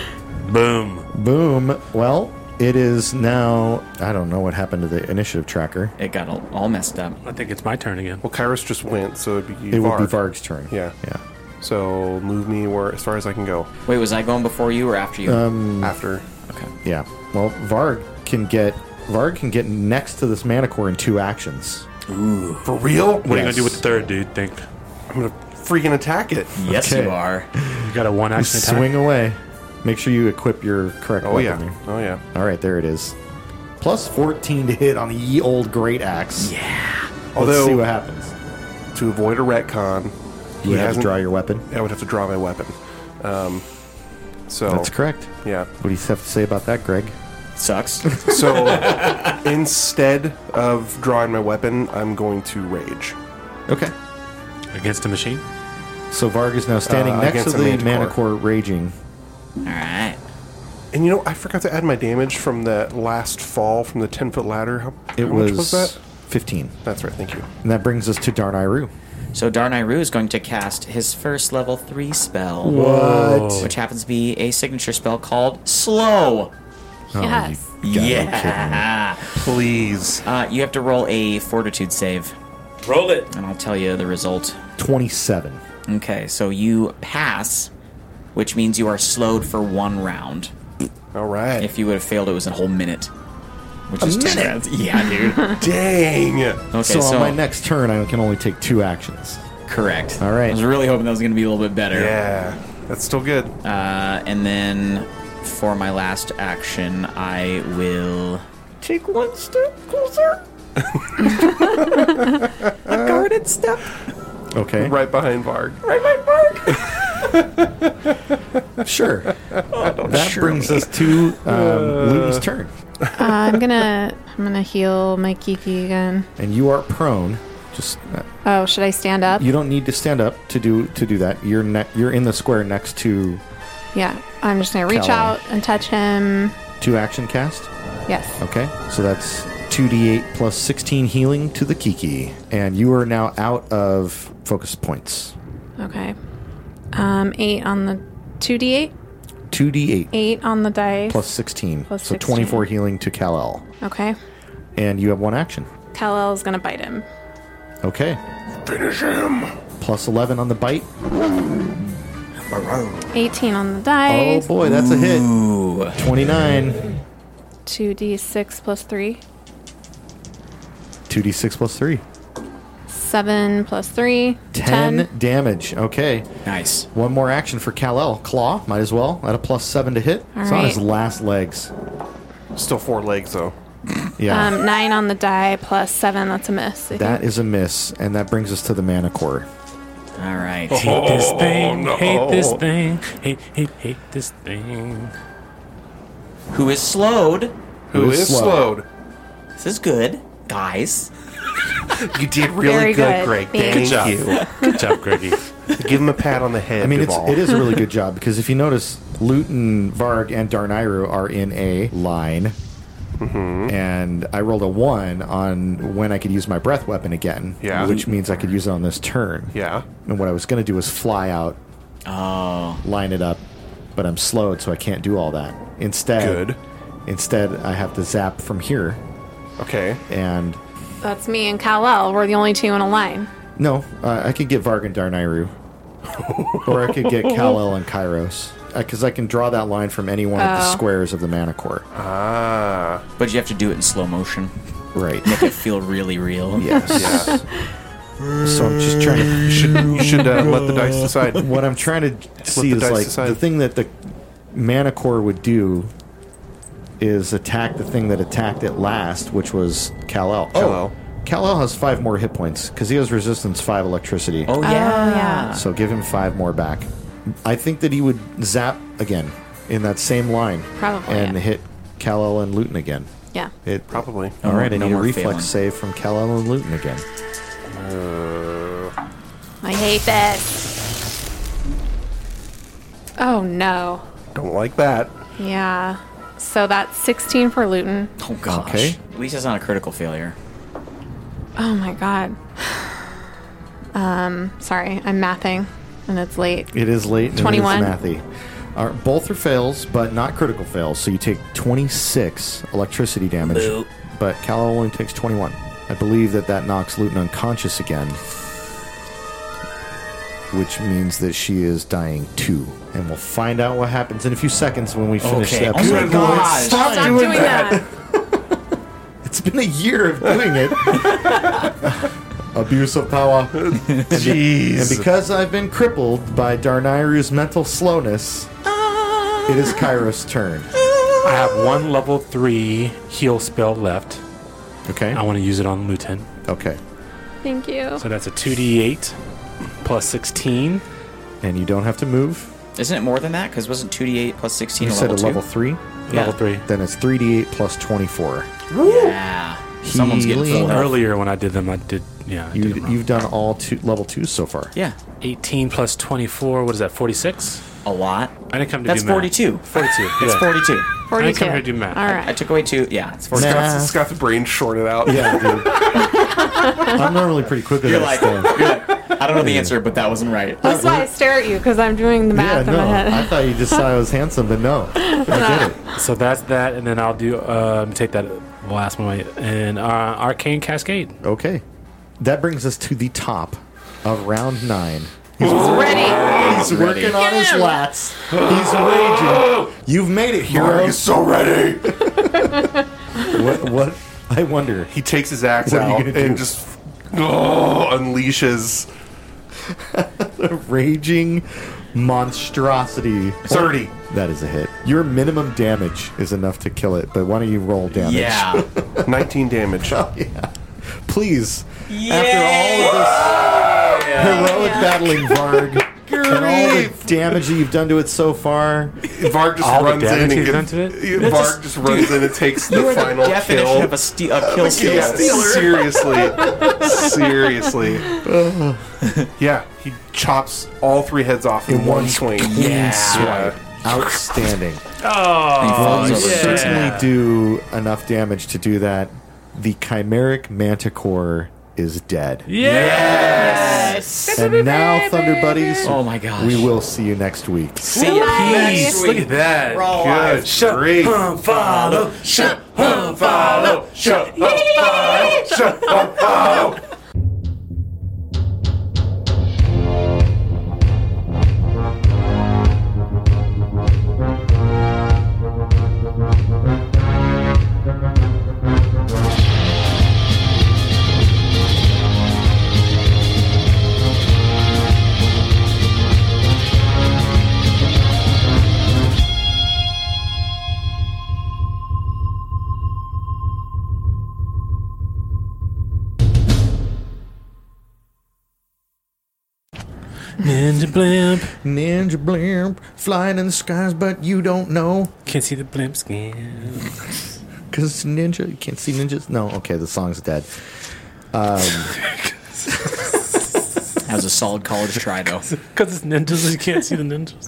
Boom. Boom. Well, it is now. I don't know what happened to the initiative tracker. it got all, all messed up. I think it's my turn again. Well, Kairos just went, so it'd be It would be Varg. Varg's turn. Yeah. Yeah. So move me where as far as I can go. Wait, was I going before you or after you? Um, Mm. After okay. Yeah. Well, Varg can get Varg can get next to this manacore in two actions. for real, What are you gonna Yes. do with the third dude? Think I'm gonna freaking attack it. Yes, Okay. you are. you got a one action attack. Swing away. Make sure you equip your correct Oh weapon yeah. there. Oh yeah. All right, there it is. Plus 14 to hit on the ye old great axe. Yeah. Let's see Although- what happens. To avoid a retcon, You have to hasn't- draw your weapon. I would have to draw my weapon. Um, so That's correct. Yeah. What do you have to say about that, Greg? Sucks. So instead of drawing my weapon, I'm going to rage. Okay. against a machine. So Varg is now standing Uh, next to against the a manacore. manticore. raging. all right. And you know, I forgot to add my damage from that last fall from the ten foot ladder. How, It how was, much was that? 15. That's right. Thank you. And that brings us to Darnayru. So Darnayru is going to cast his first level three spell, What? which happens to be a signature spell called Slow. Yes. Yeah. Please. Uh, you have to roll a Fortitude save, Roll it. and I'll tell you the result. 27. Okay, so you pass, which means you are slowed for one round. All right. If you would have failed, it was a whole minute, which is ten rounds. Yeah, dude. Dang. Okay, so, so, on my next turn, I can only take two actions. correct. All right. I was really hoping that was going to be a little bit better. Yeah. That's still good. Uh, and then for my last action, I will take one step closer. a guarded step. Okay. Right behind Varg. Right, my mark. Sure. that brings us to um, Luton's turn. Uh, I'm gonna I'm gonna heal my Kiki again. And you are prone. Just uh, Oh, should I stand up? you don't need to stand up to do to do that. You're ne- you're in the square next to Yeah. I'm just gonna reach Callum. out and touch him. two action cast. Yes. Okay, so that's 2d8 plus 16 healing to the Kiki. And you are now out of focus points. Okay. Um, eight on the two d eight. 2d8 Eight on the dice. plus 16. Plus so 16. 24 healing to Kal-El. Okay. And you have one action. Kal-El is gonna bite him. Okay. Finish him! Plus 11 on the bite. Eighteen on the Oh dice. boy, that's a hit. 29. Two d six plus three. 2d6 plus 3. Seven plus three. 10, damage. Okay. Nice. One more action for Kal-El. Claw, might as well. At a plus 7 to hit. All it's on his right. last legs. Still four legs though. Yeah. Um, nine on the die plus seven. That's a miss. I that is a miss, and that brings us to the Manicore. All right. Hate Oh, this thing. no. Hate this thing. Hate, hate, hate this thing. Who is slowed? Who is is slowed? slowed? This is good, guys. You did Very really good. good, Greg. Thank Thank, you. you. Good job, Greggy. Give him a pat on the head. I mean, it's, Duval. it is a really good job because if you notice, Luton, Varg, and Darnayru are in a line. Mm-hmm. And I rolled a one on when I could use my breath weapon again, Yeah. which means I could use it on this turn. Yeah. And what I was going to do was fly out, line it up, but I'm slowed, so I can't do all that. Instead, Good. Instead, I have to zap from here, Okay. and think. That's me and Kal-El. We're the only two in a line. no, uh, I could get Varg and Darnayru, or I could get Kal El and Kairos, because I can draw that line from any one of the Oh. squares of the Manicore. Ah. But you have to do it in slow motion. Right. Make it feel really real. yes. Yeah. So I'm just trying to. You should you should uh, let the dice decide. What I'm trying to see the is dice like decide. the thing that the Manicore would do is attack the thing that attacked it last, which was Kal El. Kal-El. Kal El has five more hit points because he has resistance five electricity. Oh yeah. So give him five more back. I think that he would zap again in that same line. Probably, And yeah. hit Kal-El and Luton again. Yeah. It, Probably. all right, I No need a more reflex failing. save from Kal-El and Luton again. I hate this. Oh no. Don't like that. Yeah. So that's 16 for Luton. Oh gosh. Okay. At least it's not a critical failure. Oh my god. Um, sorry, I'm mathing and it's late. It is late. and it is 21. mathy. All right, both are fails, but not critical fails. So you take 26 electricity damage, but Kal-El only takes 21. I believe that that knocks Luton unconscious again, which means that she is dying too. And we'll find out what happens in a few seconds when we finish Okay. the Oh my episode. gosh. Stop doing, that. It's been a year of doing it. Abuse of power. And Jeez. because I've been crippled by Darnayru's mental slowness, it is Kairos' turn. I have one level three heal spell left. Okay. I want to use it on Luton. Okay. Thank you. So that's a 2d8 plus 16. And you don't have to move. Isn't it more than that? Because wasn't 2d8 plus 16 You a said level a level 2? three. Level 3. Then it's 3d8 plus 24. Yeah. Someone's getting Healing. full health. Earlier when I did them, I did, yeah, I did You, them wrong. you've done all two level twos so far. Yeah. 18 plus 24, what is that, 46? A lot. I didn't come to That's do math. 42. 42. It's yeah. 42. I 42. didn't come here to do math. All I right. took away two. Yeah, it's 42. Nah. Scott's, Scott's brain shorted out. Yeah, dude. I'm normally pretty quick with You're that like, you're stuff. like, I don't know the answer, but that wasn't right. That's why I stare at you because I'm doing the Yeah, math in no. my I head. thought you just thought I was handsome, but no. I get it. So that's that, and then I'll do um, take that last one away. and uh, Arcane Cascade. Okay. That brings us to the top of round nine. Ready. He's working on his lats. He's raging. You've made it, hero. He's so ready. What? What? I wonder. He takes his axe What are you out gonna do? and just oh, unleashes Raging monstrosity. thirty. That is a hit. Your minimum damage is enough to kill it, but why don't you roll damage? Yeah. 19 damage. Oh, Please. After all of this heroic battling Varg and all the damage that you've done to it so far, Varg just All the runs in damage and he's gives, done to it? Yeah, Varg just runs in and takes the You are the final definition kill. of a, ste- a kill stealer. yeah, seriously, seriously. yeah, he chops all three heads off in, In one one swing. Yeah. Yeah. outstanding. And he falls you over. certainly do enough damage to do that. The chimeric manticore is dead. And now, Thunder Buddies, Oh my gosh. we will see you next week. See you next Look at week. that. Roll Good grief. Follow. Ninja blimp. Ninja blimp, flying in the skies, but you don't know. Can't see the blimp skin. Because ninja, you can't see ninjas. No, okay, the song's dead. That was a solid college try, though. Because it's ninjas, you can't see the ninjas.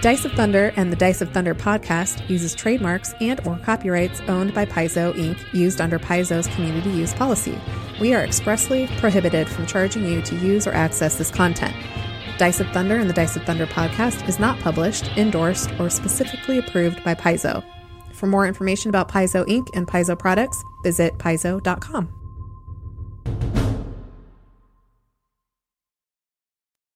Dice of Thunder and the Dice of Thunder podcast uses trademarks and or copyrights owned by Paizo Inc. used under Paizo's community use policy. We are expressly prohibited from charging you to use or access this content. Dice of Thunder and the Dice of Thunder podcast is not published, endorsed, or specifically approved by Paizo. For more information about Paizo Inc. and Paizo products, visit paizo.com.